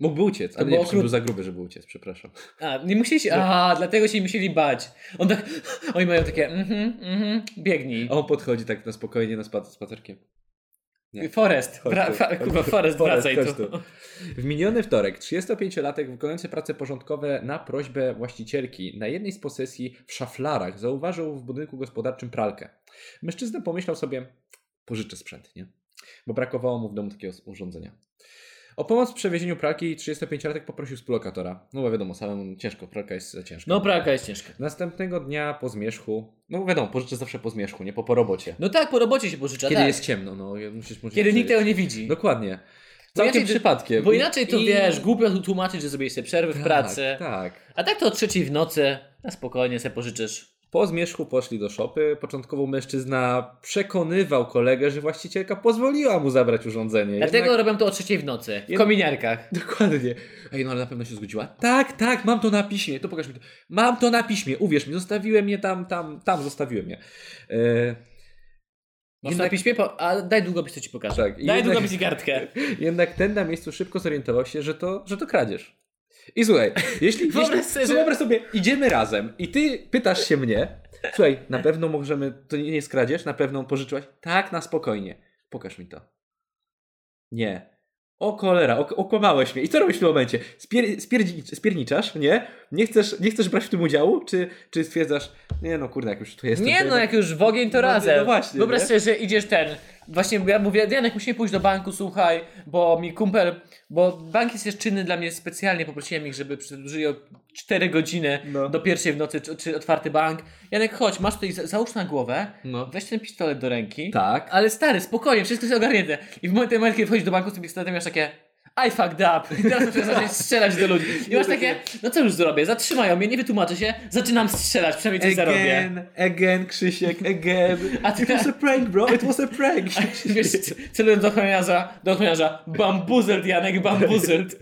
Speaker 2: Mógłby uciec, ale
Speaker 1: było
Speaker 2: nie, okrut... był
Speaker 1: okrut-
Speaker 2: za gruby, żeby uciec, przepraszam.
Speaker 1: A, nie musieli się... A, dlatego się nie musieli bać. On tak... *laughs* Oni mają takie... Mhm, mhm, biegnij.
Speaker 2: A on podchodzi tak na spokojnie, na spad- spacerkiem. nie.
Speaker 1: Forest.
Speaker 2: Chodź
Speaker 1: Bra-
Speaker 2: tu.
Speaker 1: fa- Kuba, Forest,
Speaker 2: Forest,
Speaker 1: wracaj
Speaker 2: chodź
Speaker 1: tu.
Speaker 2: tu. W miniony wtorek 35-latek wykonujący prace porządkowe na prośbę właścicielki na jednej z posesji w szaflarach zauważył w budynku gospodarczym pralkę. Mężczyzna pomyślał sobie, pożyczę sprzęt, nie? Bo brakowało mu w domu takiego urządzenia. O pomoc w przewiezieniu pralki 35-latek poprosił współlokatora. No bo wiadomo, samemu ciężko, pralka jest ciężka.
Speaker 1: No, pralka jest ciężka.
Speaker 2: Następnego dnia po zmierzchu, no wiadomo, pożyczę zawsze po zmierzchu, nie po po robocie.
Speaker 1: No tak, po robocie się pożycza,
Speaker 2: Kiedy
Speaker 1: tak.
Speaker 2: jest ciemno, no musisz, musisz
Speaker 1: Kiedy nikt
Speaker 2: przeżyć.
Speaker 1: tego nie widzi.
Speaker 2: Dokładnie.
Speaker 1: Bo
Speaker 2: Całkiem
Speaker 1: inaczej-
Speaker 2: przypadkiem.
Speaker 1: Bo inaczej to
Speaker 2: No, I-
Speaker 1: wiesz, głupio tu tłumaczyć, że zrobiłeś sobie przerwę w pracy.
Speaker 2: Tak.
Speaker 1: A tak to o trzeciej w nocy, na spokojnie sobie pożyczysz.
Speaker 2: Po zmierzchu poszli do szopy. Początkowo mężczyzna przekonywał kolegę, że właścicielka pozwoliła mu zabrać urządzenie.
Speaker 1: Dlatego robią to o trzeciej w nocy, w
Speaker 2: Jednak-
Speaker 1: kominiarkach.
Speaker 2: *laughs* Dokładnie. Ej, no ale na pewno się zgodziła. Tak, tak, mam to na piśmie. To pokaż mi to. Mam to na piśmie, uwierz mi, zostawiłem je tam, tam, tam zostawiłem je. E,
Speaker 1: Masz
Speaker 2: Jednak-
Speaker 1: na piśmie, po... a daj długopis, to ci pokażę.
Speaker 2: Tak, i
Speaker 1: daj
Speaker 2: jednak-
Speaker 1: długopis i
Speaker 2: *laughs*
Speaker 1: kartkę.
Speaker 2: jednak ten na miejscu szybko zorientował się, że to, że to kradzież. I słuchaj, jeśli,
Speaker 1: Wyobraź
Speaker 2: jeśli
Speaker 1: sobie,
Speaker 2: sobie,
Speaker 1: że-
Speaker 2: wyobraź sobie, idziemy razem i ty pytasz się mnie, słuchaj, na pewno możemy, to nie jest kradzież, na pewno pożyczyłaś? Tak, na spokojnie. Pokaż mi to. Nie. O cholera, ok- okłamałeś mnie. I co robisz w tym momencie? Spier- spierdzi- spierniczasz, nie? Nie chcesz, nie chcesz brać w tym udziału? Czy, czy stwierdzasz, nie no kurde, jak już tu jestem.
Speaker 1: Nie
Speaker 2: to
Speaker 1: no,
Speaker 2: jednak-
Speaker 1: jak już w ogień to
Speaker 2: No,
Speaker 1: razem.
Speaker 2: no właśnie,
Speaker 1: Wyobraź
Speaker 2: nie?
Speaker 1: sobie, że idziesz ten. Właśnie ja mówię, Janek, musimy pójść do banku, słuchaj, bo mi kumpel, bo bank jest jeszcze czynny dla mnie specjalnie, poprosiłem ich, żeby przedłużyli o 4 godziny
Speaker 2: No.
Speaker 1: do pierwszej w nocy, czy, czy otwarty bank. Janek, chodź, masz tutaj, za- załóż na głowę,
Speaker 2: No.
Speaker 1: weź ten pistolet do ręki.
Speaker 2: Tak.
Speaker 1: Ale stary, spokojnie, wszystko jest ogarnięte. I w momencie, moment, kiedy wchodzisz do banku z tym pistoletem, masz takie I fucked up. I teraz muszę *laughs* zacząć strzelać do ludzi. I masz takie, no co już zrobię, zatrzymają mnie, nie wytłumaczę się, zaczynam strzelać, przynajmniej coś zarobię. *laughs*
Speaker 2: Again, again, Krzysiek, again.
Speaker 1: A ty-
Speaker 2: It was *laughs* a prank, bro, it was *laughs* a prank.
Speaker 1: Wiesz, c- celując do ochroniarza, do ochroniarza, bambuzelt Janek, bambuzelt.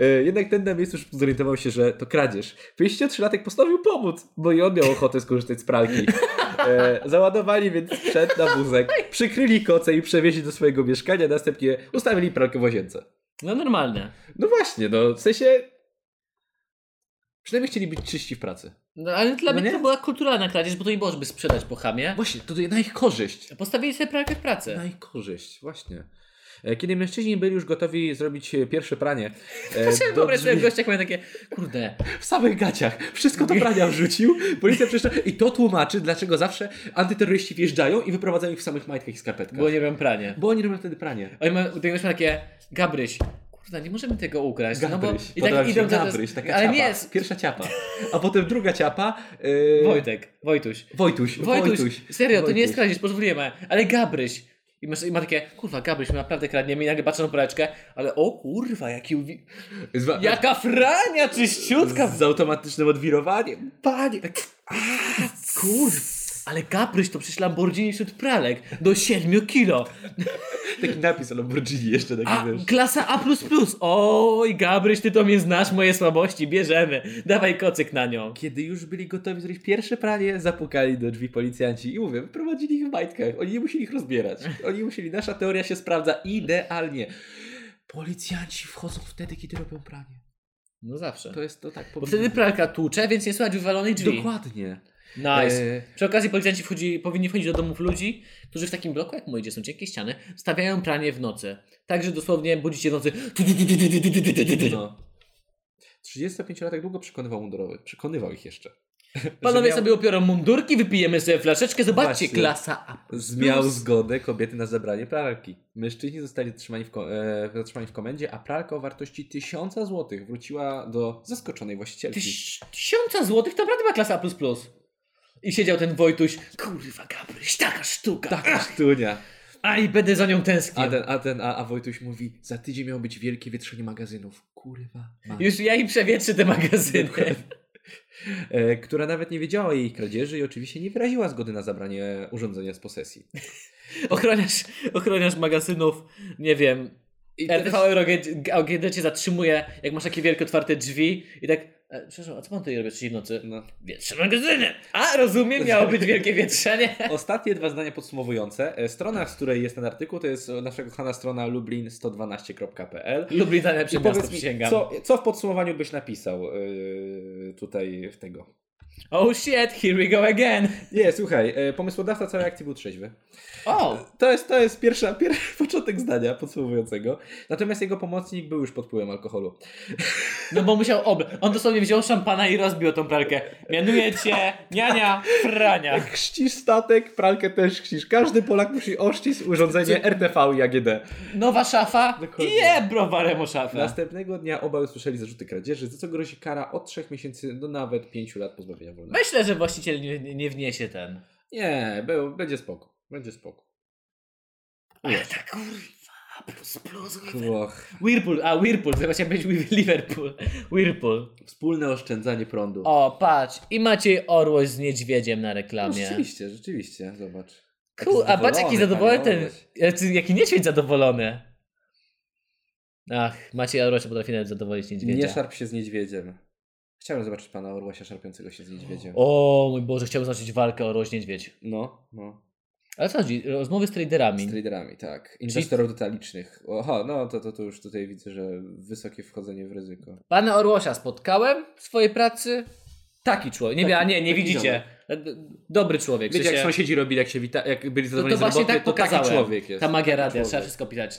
Speaker 2: E, Jednak ten na miejscu już zorientował się, że to kradzież. 53-latek postanowił pomóc, bo i on miał ochotę skorzystać z pralki. E, załadowali więc sprzęt na wózek, przykryli koce i przewieźli do swojego mieszkania, następnie ustawili pralkę w łazience.
Speaker 1: No normalne.
Speaker 2: No właśnie, no w sensie... Przynajmniej chcieli być czyści w pracy.
Speaker 1: No ale dla
Speaker 2: No
Speaker 1: mnie
Speaker 2: nie?
Speaker 1: to była kulturalna kradzież, bo to nie było, żeby sprzedać po chamie.
Speaker 2: Właśnie, to na ich korzyść.
Speaker 1: Postawili sobie pralkę w pracy.
Speaker 2: Na ich korzyść, właśnie. E, Kiedy mężczyźni byli już gotowi zrobić e, pierwsze pranie,
Speaker 1: *laughs*
Speaker 2: e,
Speaker 1: Chciałem
Speaker 2: do
Speaker 1: wyobrazić sobie
Speaker 2: drzwi-
Speaker 1: gościa, jak mają takie, kurde,
Speaker 2: w samych gaciach. Wszystko do prania wrzucił. Policja przyszła i to tłumaczy, dlaczego zawsze antyterroryści wjeżdżają i wyprowadzają ich w samych majtkach i skarpetkach.
Speaker 1: bo No nie robią pranie.
Speaker 2: Bo oni robią wtedy pranie.
Speaker 1: Oni mają, ten gość ma takie, Gabryś, kurde, nie możemy tego ukraść. no bo,
Speaker 2: Gabryś.
Speaker 1: I tak idą za-
Speaker 2: Gabryś, taka
Speaker 1: Ale
Speaker 2: ciapa.
Speaker 1: nie, s-
Speaker 2: Pierwsza ciapa. A potem druga ciapa. e,
Speaker 1: Wojtek, Wojtuś.
Speaker 2: Wojtuś.
Speaker 1: Wojtuś, serio, to nie jest
Speaker 2: Wojtuś.
Speaker 1: kradzież, pozwoliłem, ale Gabryś. I, masz, I ma takie, kurwa, Gabryś, my naprawdę kradniemy i nagle patrzę na praleczkę, ale o kurwa, jaki, uwi-
Speaker 2: Zwa-
Speaker 1: jaka frania czyściutka.
Speaker 2: Z automatycznym odwirowaniem. Panie, tak.
Speaker 1: Kurwa. Ale Gabryś to przecież Lamborghini wśród pralek do 7 kilo.
Speaker 2: Taki napis o Lamborghini jeszcze taki
Speaker 1: A,
Speaker 2: wiesz.
Speaker 1: klasa A++. Oj, Gabryś, ty to mnie znasz, moje słabości, bierzemy. Dawaj kocyk na nią.
Speaker 2: Kiedy już byli gotowi zrobić pierwsze pranie, zapukali do drzwi policjanci i mówię, wyprowadzili ich w majtkach. Oni nie musieli ich rozbierać. Oni musieli, nasza teoria się sprawdza idealnie. Policjanci wchodzą wtedy, kiedy robią pranie.
Speaker 1: No zawsze.
Speaker 2: To jest to tak
Speaker 1: Bo
Speaker 2: powinno
Speaker 1: wtedy
Speaker 2: być.
Speaker 1: pralka tłucze, więc nie słychać wywalonej drzwi.
Speaker 2: Dokładnie.
Speaker 1: Nice.
Speaker 2: E,
Speaker 1: Przy okazji policjanci wchodzi, powinni wchodzić do domów ludzi, którzy w takim bloku jak mój, gdzie są cienkie ściany, stawiają pranie w nocy. Także dosłownie budzicie w nocy. tu, tu, tu, tu, tu, tu, tu, tu, tu, tu, tu.
Speaker 2: no. 35-latek długo przekonywał mundurowych. Przekonywał ich jeszcze.
Speaker 1: Panowie
Speaker 2: Że miał-
Speaker 1: sobie upiorą mundurki, wypijemy sobie flaszeczkę. Zobaczcie,
Speaker 2: Właśnie.
Speaker 1: klasa A.
Speaker 2: Zmiał zgodę kobiety na zabranie pralki. Mężczyźni zostali trzymani w ko- e, zatrzymani w komendzie, a pralka o wartości 1000 zł wróciła do zaskoczonej właścicielki.
Speaker 1: Tyś, tysiąca złotych to naprawdę była klasa A. I siedział ten Wojtuś. Kurwa, Gabryś, taka sztuka.
Speaker 2: Taka sztunia.
Speaker 1: Aj, będę za nią tęsknił.
Speaker 2: Tak. A ten, a ten, a, a Wojtuś mówi, za tydzień miało być wielkie wietrzenie magazynów. Kurwa. ma-
Speaker 1: Już ja im przewietrzy te magazyny. *laughs*
Speaker 2: E, Która nawet nie wiedziała o jej kradzieży i oczywiście nie wyraziła zgody na zabranie urządzenia z posesji.
Speaker 1: Ochroniarz, ochroniarz magazynów, nie wiem,
Speaker 2: I
Speaker 1: RTV Eurogadę cię zatrzymuje, jak masz takie wielkie otwarte drzwi i tak, e, przepraszam, a co pan tutaj robi o trzeciej w nocy?
Speaker 2: No.
Speaker 1: Wietrze magazyny! A, rozumiem, miało być wielkie *laughs* wietrzenie.
Speaker 2: Ostatnie dwa zdania podsumowujące. E, Strona, z której jest ten artykuł, to jest e, nasza kochana strona lublin112.pl.
Speaker 1: Lublin na
Speaker 2: I
Speaker 1: lepsze miasto,
Speaker 2: powiedz mi,
Speaker 1: przysięgam.
Speaker 2: co, co w podsumowaniu byś napisał e, tutaj w tego?
Speaker 1: Oh shit, here we go again.
Speaker 2: Nie, słuchaj, e, pomysłodawca całej akcji był trzeźwy.
Speaker 1: O,
Speaker 2: To jest, to jest pierwsza, *laughs* pierwszy początek zdania podsumowującego. Natomiast jego pomocnik był już pod wpływem alkoholu.
Speaker 1: no bo musiał obl... On dosłownie wziął szampana i rozbił tą pralkę. Mianuje cię niania prania.
Speaker 2: Jak chrzcisz statek, pralkę też chrzcisz. Każdy Polak musi oszcić urządzenie RTV i AGD.
Speaker 1: Nowa szafa
Speaker 2: Dokładnie.
Speaker 1: i je browarem o szafę.
Speaker 2: Następnego dnia obaj usłyszeli zarzuty kradzieży, za co grozi kara od 3 miesięcy do nawet 5 lat pozbawienia wolności.
Speaker 1: Myślę, że właściciel nie, nie nie wniesie ten.
Speaker 2: Nie, był, będzie spoko. Będzie spoko.
Speaker 1: Ale tak- ta kurwa, plus plus.
Speaker 2: Och.
Speaker 1: Whirlpool, a Whirlpool, to właśnie być Liverpool. Whirlpool.
Speaker 2: Wspólne oszczędzanie prądu.
Speaker 1: O, patrz, i macie orłość z niedźwiedziem na
Speaker 2: No,
Speaker 1: reklamie.
Speaker 2: rzeczywiście, rzeczywiście, zobacz.
Speaker 1: Ku, a patrz jaki zadowolony ten,
Speaker 2: panie, orłeś.
Speaker 1: jacy- jaki niedźwiedź zadowolony. Ach, Maciej Orłoś potrafi nawet zadowolić niedźwiedzia.
Speaker 2: Nie szarp się z niedźwiedziem. Chciałem zobaczyć pana Orłasia szarpiącego się z niedźwiedziem.
Speaker 1: o mój Boże, chciałbym zacząć walkę Orłoś-Niedźwiedź.
Speaker 2: No, no.
Speaker 1: Ale co chodzi, rozmowy z traderami.
Speaker 2: Z traderami, tak. Inwestorów detalicznych. Oho, no to, to, to już tutaj widzę, że wysokie wchodzenie w ryzyko.
Speaker 1: Pana Orłosia spotkałem w swojej pracy. Taki człowiek, nie,
Speaker 2: Taki-
Speaker 1: a nie, nie
Speaker 2: taki
Speaker 1: widzicie. Dobry człowiek. w
Speaker 2: Wiecie, jak
Speaker 1: sensie-
Speaker 2: sąsiedzi robili, jak się wita, jak byli
Speaker 1: to,
Speaker 2: zadowoleni
Speaker 1: to
Speaker 2: z
Speaker 1: właśnie
Speaker 2: roboty,
Speaker 1: tak
Speaker 2: to
Speaker 1: pokazałem.
Speaker 2: taki człowiek jest.
Speaker 1: Ta magia
Speaker 2: Taki
Speaker 1: radia, trzeba
Speaker 2: człowiek.
Speaker 1: wszystko pisać.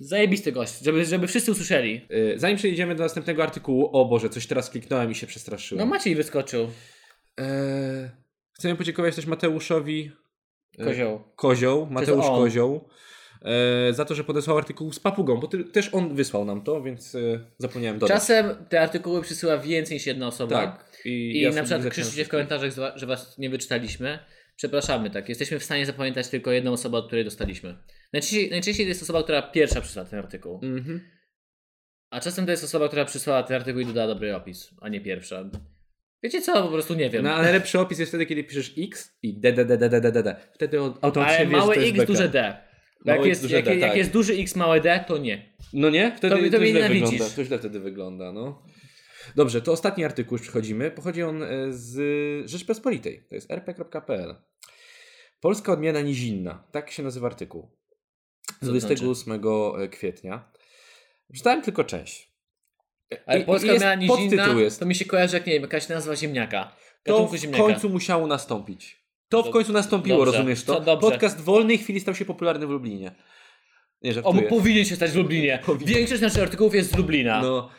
Speaker 1: Zajebisty gość, żeby, żeby wszyscy usłyszeli. No
Speaker 2: Y, Zanim przejdziemy do następnego artykułu, o Boże, coś teraz kliknąłem i się przestraszyłem.
Speaker 1: No Maciej wyskoczył,
Speaker 2: Eee, chcemy podziękować też Mateuszowi e,
Speaker 1: kozioł.
Speaker 2: Kozioł, Mateusz
Speaker 1: on.
Speaker 2: Kozioł, e, za to, że podesłał artykuł z papugą, bo ty, też on wysłał nam to, więc e, zapomniałem dodać.
Speaker 1: Czasem te artykuły przysyła więcej niż jedna osoba.
Speaker 2: Tak.
Speaker 1: I
Speaker 2: ja
Speaker 1: na
Speaker 2: sobie
Speaker 1: przykład
Speaker 2: zacząłem-
Speaker 1: krzyczycie w komentarzach, zwa- że was nie wyczytaliśmy. Przepraszamy, tak. Jesteśmy w stanie zapamiętać tylko jedną osobę, od której dostaliśmy. Najczęściej, najczęściej to jest osoba, która pierwsza przysłała ten artykuł.
Speaker 2: Mhm.
Speaker 1: A czasem to jest osoba, która przysłała ten artykuł i dodała dobry opis, a nie pierwsza. Wiecie co? Po prostu nie wiem.
Speaker 2: No, ale najlepszy opis jest wtedy, kiedy piszesz X i d, d, d, d, d, d, d, d. Wtedy on automatycznie
Speaker 1: Ale
Speaker 2: wiesz, że
Speaker 1: małe
Speaker 2: to jest
Speaker 1: X,
Speaker 2: beka.
Speaker 1: duże D. Bo
Speaker 2: Małe
Speaker 1: jak,
Speaker 2: X,
Speaker 1: jest,
Speaker 2: duże
Speaker 1: jak,
Speaker 2: D,
Speaker 1: jak
Speaker 2: tak.
Speaker 1: jest duży X, małe D, to nie.
Speaker 2: No nie? Wtedy
Speaker 1: To- to mnie
Speaker 2: źle
Speaker 1: nienawidzisz.
Speaker 2: wygląda. To źle wtedy wygląda, no. Dobrze, to ostatni artykuł już przechodzimy. Pochodzi on e, z Rzeczpospolitej. To jest rp.pl. Polska odmiana nizinna. Tak się nazywa artykuł. Z
Speaker 1: Co to znaczy?
Speaker 2: 28 kwietnia. Czytałem tylko część.
Speaker 1: Ale
Speaker 2: I-
Speaker 1: Polska
Speaker 2: i jest
Speaker 1: miała nizinna,
Speaker 2: podtytuł jest.
Speaker 1: to mi się kojarzy jak, nie wiem, jakaś nazwa ziemniaka.
Speaker 2: To
Speaker 1: Gatunku
Speaker 2: w
Speaker 1: ziemniaka.
Speaker 2: końcu musiało nastąpić. To w
Speaker 1: Dob-
Speaker 2: końcu nastąpiło,
Speaker 1: dobrze.
Speaker 2: rozumiesz to?
Speaker 1: To dobrze.
Speaker 2: Podcast Wolnej Chwili stał się popularny w Lublinie. Nie,
Speaker 1: O, bo
Speaker 2: żartuję.
Speaker 1: powinien się stać w Lublinie.
Speaker 2: *laughs* Powinien.
Speaker 1: Większość naszych artykułów jest z Lublina.
Speaker 2: No,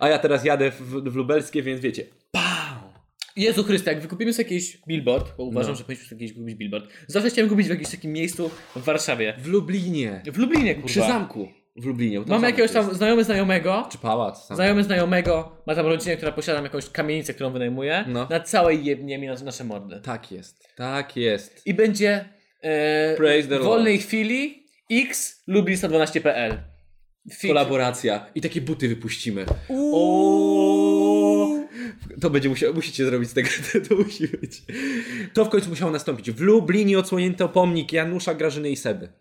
Speaker 2: a ja teraz jadę w, w lubelskie, więc wiecie. Pam!
Speaker 1: Jezu Chryste, jak wykupimy sobie jakiś billboard, bo uważam,
Speaker 2: No.
Speaker 1: że powinniśmy sobie kiedyś kupić billboard. Zawsze chciałem kupić w jakimś takim miejscu w Warszawie.
Speaker 2: W Lublinie.
Speaker 1: W Lublinie,
Speaker 2: Przy
Speaker 1: kurwa.
Speaker 2: zamku w Lublinie. bo
Speaker 1: Mam
Speaker 2: zamek
Speaker 1: jakiegoś tam
Speaker 2: jest.
Speaker 1: znajomy znajomego,
Speaker 2: Czy pałac? Sam.
Speaker 1: znajomy znajomego, ma tam rodzinę, która posiada tam jakąś kamienicę, którą wynajmuje.
Speaker 2: No.
Speaker 1: Na całej jebnie mi nas- nasze mordy.
Speaker 2: Tak jest. Tak jest.
Speaker 1: i będzie e,
Speaker 2: Praise the
Speaker 1: w wolnej chwili x lublin 112.pl. Fit.
Speaker 2: Kolaboracja. I takie buty wypuścimy.
Speaker 1: Uuu.
Speaker 2: To będzie musiał, musicie zrobić z tego, *laughs* to musi być. To w końcu musiało nastąpić. W Lublinie odsłonięto pomnik Janusza, Grażyny i Seby.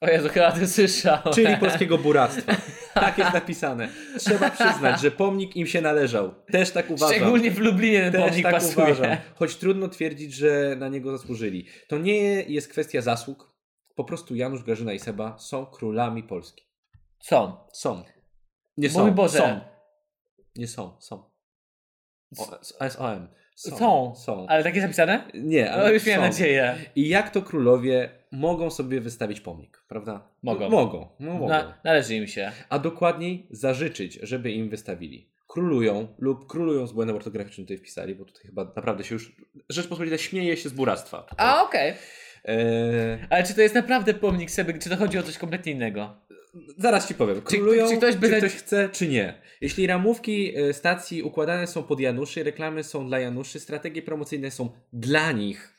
Speaker 1: O Jezu, chyba ty słyszałem. *laughs*
Speaker 2: Czyli polskiego buractwa. Tak jest napisane. Trzeba przyznać, że pomnik im się należał. Też
Speaker 1: *laughs*
Speaker 2: tak uważam.
Speaker 1: Szczególnie w Lublinie ten
Speaker 2: Też
Speaker 1: pomnik
Speaker 2: tak
Speaker 1: pasuje.
Speaker 2: uważam. Choć trudno twierdzić, że na niego zasłużyli. To nie jest kwestia zasług. Po prostu Janusz, Grażyna i Seba są królami Polski.
Speaker 1: Są.
Speaker 2: Są. Nie
Speaker 1: Mój
Speaker 2: są.
Speaker 1: Boże.
Speaker 2: Są. Nie są. Są. O, S- S-O-M. Są.
Speaker 1: Są.
Speaker 2: Są.
Speaker 1: Ale takie zapisane?
Speaker 2: Nie, ale
Speaker 1: No już miałem
Speaker 2: są.
Speaker 1: nadzieję.
Speaker 2: I jak to królowie mogą sobie wystawić pomnik, prawda?
Speaker 1: Mogą.
Speaker 2: Mogą. No, mogą.
Speaker 1: Na, należy im się.
Speaker 2: A dokładniej zażyczyć, żeby im wystawili. Królują lub królują z błędem ortograficznym tutaj wpisali, bo tutaj chyba naprawdę się już... Rzeczpospolita śmieje się z buractwa. tutaj.
Speaker 1: A okej.
Speaker 2: Eee,
Speaker 1: No. Ale czy to jest naprawdę pomnik Seby, czy to chodzi o coś kompletnie innego?
Speaker 2: zaraz ci powiem.
Speaker 1: Czy-
Speaker 2: Królują, czy,
Speaker 1: czy ktoś
Speaker 2: ktoś,
Speaker 1: by-
Speaker 2: chce, czy nie. Jeśli ramówki e, stacji układane są pod Januszy, reklamy są dla Januszy, strategie promocyjne są dla nich.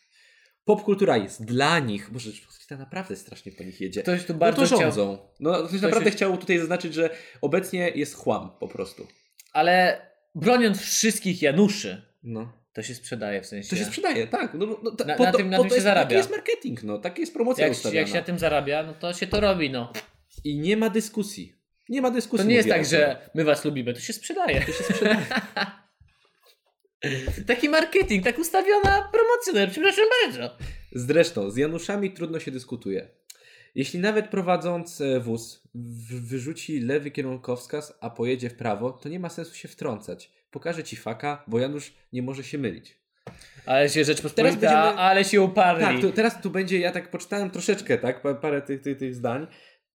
Speaker 2: Popkultura jest dla nich. Boże, to naprawdę strasznie po nich jedzie.
Speaker 1: Ktoś tu
Speaker 2: Bardzo
Speaker 1: bardzo
Speaker 2: no to
Speaker 1: chciał,
Speaker 2: rządzą. No, ktoś naprawdę chciał tutaj zaznaczyć, że obecnie jest chłam po prostu.
Speaker 1: ale broniąc wszystkich Januszy,
Speaker 2: No.
Speaker 1: to się sprzedaje w sensie.
Speaker 2: To się sprzedaje, tak. No, no, ta,
Speaker 1: Na-
Speaker 2: po
Speaker 1: na
Speaker 2: to,
Speaker 1: tym- na
Speaker 2: po
Speaker 1: tym
Speaker 2: to
Speaker 1: się
Speaker 2: jest, Taki
Speaker 1: zarabia.
Speaker 2: jest marketing, no. Taki jest promocja
Speaker 1: jak, się-
Speaker 2: ustawiona.
Speaker 1: jak się na tym zarabia, no to się to robi, no.
Speaker 2: I nie ma dyskusji. Nie ma dyskusji.
Speaker 1: To nie jest
Speaker 2: mówię
Speaker 1: tak,
Speaker 2: o tym.
Speaker 1: że my was lubimy, to się sprzedaje. To się
Speaker 2: *laughs*
Speaker 1: sprzedaje. *laughs* Taki marketing, tak ustawiona promocja, no, przepraszam bardzo.
Speaker 2: Zresztą, z Januszami trudno się dyskutuje. Jeśli nawet prowadząc e, wóz w- wyrzuci lewy kierunkowskaz, a pojedzie w prawo, to nie ma sensu się wtrącać. Pokażę ci faka, bo Janusz nie może się mylić.
Speaker 1: Ale się Rzeczpospolita,
Speaker 2: Teraz będziemy-
Speaker 1: ale się uparli.
Speaker 2: Tak, tu, teraz tu będzie, ja tak poczytałem troszeczkę, tak, pa- parę tych, tych, tych zdań.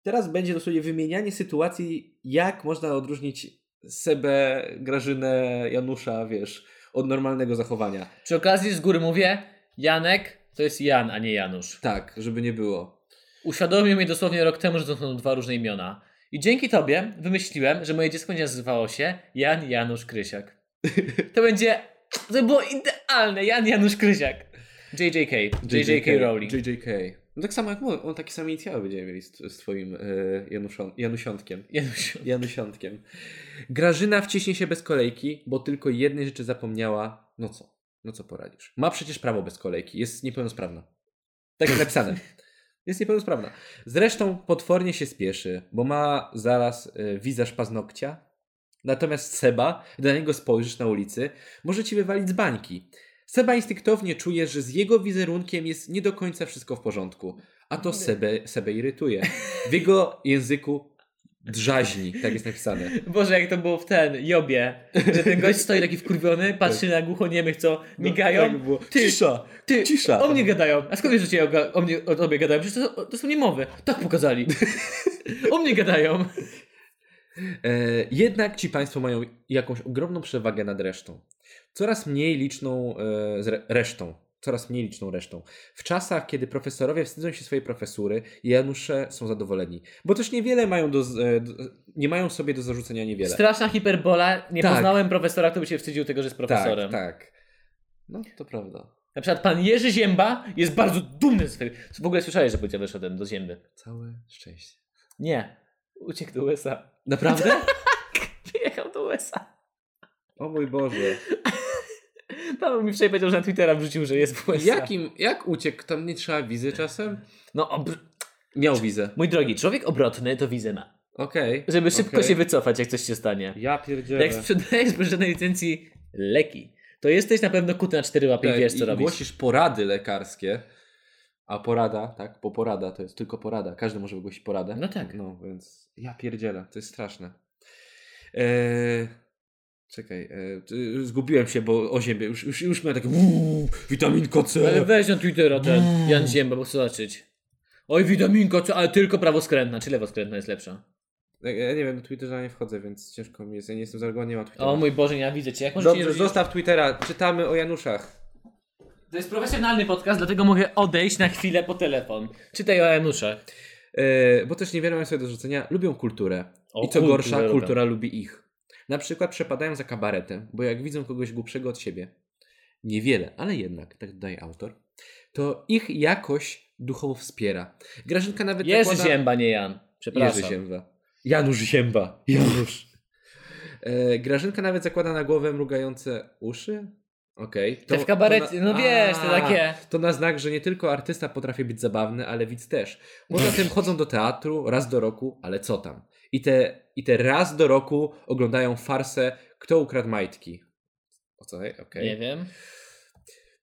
Speaker 2: Teraz będzie dosłownie wymienianie sytuacji, jak można odróżnić Sebę, Grażynę, Janusza, wiesz, od normalnego zachowania.
Speaker 1: Przy okazji z góry mówię, Janek to jest Jan, a nie Janusz.
Speaker 2: Tak, żeby nie było.
Speaker 1: Uświadomił mi dosłownie rok temu, że to są dwa różne imiona. I dzięki tobie wymyśliłem, że moje dziecko będzie nazywało się Jan Janusz
Speaker 2: *laughs*
Speaker 1: Krysiak. To będzie. To było idealne! Jan Janusz Krysiak. JJK. JJK Rowling.
Speaker 2: JJK. No tak samo jak on, on takie same inicjały będziemy mieli z, z twoim y, Januszon, Janusiątkiem.
Speaker 1: Janusz.
Speaker 2: Janusiątkiem. Grażyna wciśnie się bez kolejki, bo tylko jednej rzeczy zapomniała. No co? No co poradzisz? Ma przecież prawo bez kolejki. Jest niepełnosprawna. Tak jest napisane. Jest niepełnosprawna. Zresztą potwornie się spieszy, bo ma zaraz y, wizaż paznokcia. Natomiast Seba, gdy na niego spojrzysz na ulicy, może ci wywalić z bańki. Seba instynktownie czuje, że z jego wizerunkiem jest nie do końca wszystko w porządku. A to Sebę, Sebę irytuje. W jego języku drzaźni, tak
Speaker 1: *laughs*
Speaker 2: jest napisane.
Speaker 1: Boże, jak to było w ten Jobie, że ten gość stoi taki wkurwiony, patrzy na głuchoniemych, co migają.
Speaker 2: tak było.
Speaker 1: Ty,
Speaker 2: Cisza,
Speaker 1: ty,
Speaker 2: cisza.
Speaker 1: O mnie gadają. A skąd wiesz, że cię o, ga- o, mnie, o tobie gadają? Przecież to, to są niemowy. Tak
Speaker 2: *laughs*
Speaker 1: pokazali. o mnie gadają.
Speaker 2: E, jednak ci państwo mają jakąś ogromną przewagę nad resztą. Coraz mniej liczną e, z re, resztą. Coraz mniej liczną resztą. W czasach, kiedy profesorowie wstydzą się swojej profesury, Janusze są zadowoleni. Bo też niewiele mają do. z- e, do nie mają sobie do zarzucenia niewiele.
Speaker 1: Straszna hiperbola. Nie
Speaker 2: Tak.
Speaker 1: poznałem profesora, kto by się wstydził tego, że jest profesorem.
Speaker 2: tak, tak. No, to prawda.
Speaker 1: Na przykład pan Jerzy Ziemba jest bardzo dumny z tego. W ogóle słyszałeś, że płciał wyszedłem do Ziemby.
Speaker 2: Całe szczęście.
Speaker 1: Nie. Uciekł do USA.
Speaker 2: Naprawdę?
Speaker 1: *laughs* Wyjechał do USA.
Speaker 2: O mój Boże.
Speaker 1: Paweł mi wczoraj powiedział, że na Twittera wrzucił, że jest w USA.
Speaker 2: Jakim, jak uciekł? Tam nie trzeba wizy czasem?
Speaker 1: No, obr...
Speaker 2: Miał wizę.
Speaker 1: mój drogi, człowiek obrotny to wizę ma.
Speaker 2: Okej.
Speaker 1: Żeby szybko
Speaker 2: Okej.
Speaker 1: się wycofać, jak coś się stanie.
Speaker 2: Ja pierdzielę.
Speaker 1: Jak sprzedajesz bez żadnej licencji leki, to jesteś na pewno kuty na cztery łapy i
Speaker 2: Tak,
Speaker 1: wiesz, co
Speaker 2: i
Speaker 1: robisz.
Speaker 2: głosisz porady lekarskie, a porada, tak, bo porada to jest tylko porada. Każdy może wygłosić poradę.
Speaker 1: No tak.
Speaker 2: No, więc ja pierdzielę, to jest straszne. Eee, czekaj, eee, ty- zgubiłem się, bo o ziemię, już, już, już miałem takie uuu, witaminko C.
Speaker 1: Ale weź na Twittera ten
Speaker 2: Mm.
Speaker 1: Jan Ziemba, bo chcę zobaczyć. Oj, witaminko, co? Ale tylko prawoskrętna, czy lewoskrętna jest lepsza?
Speaker 2: Ja- Ja nie wiem, na Twitterze nie wchodzę, więc ciężko mi jest, ja nie jestem zargon, nie ma Twittera.
Speaker 1: O mój Boże, ja widzę cię. Jak możecie
Speaker 2: Dobrze,
Speaker 1: nie rozumieć?
Speaker 2: zostaw Twittera, czytamy o Januszach.
Speaker 1: To jest profesjonalny podcast, dlatego mogę odejść na chwilę po telefon. Czytaj o Januszach.
Speaker 2: E, bo też niewiele mają sobie do rzucenia, lubią kulturę.
Speaker 1: O,
Speaker 2: I co
Speaker 1: kulturę
Speaker 2: gorsza,
Speaker 1: lubią.
Speaker 2: kultura lubi ich. Na przykład przepadają za kabaretem, bo jak widzą kogoś głupszego od siebie, niewiele, ale jednak, tak dodaje autor, to ich jakoś duchowo wspiera. Grażynka nawet
Speaker 1: Jerzy
Speaker 2: zakłada...
Speaker 1: Ziemba, nie Jan. Przepraszam.
Speaker 2: Jerzy Ziemba. Janusz Ziemba. *laughs* Janusz. E, Grażynka nawet zakłada na głowę mrugające uszy. Okej.
Speaker 1: Te
Speaker 2: to-
Speaker 1: w kabarecie,
Speaker 2: to
Speaker 1: no wiesz, te
Speaker 2: A,
Speaker 1: takie.
Speaker 2: To na znak, że nie tylko artysta potrafi być zabawny, ale widz też. Poza tym chodzą do teatru raz do roku, ale co tam. I te, i te raz do roku oglądają farsę Kto ukradł majtki. O co? Okej.
Speaker 1: Nie wiem.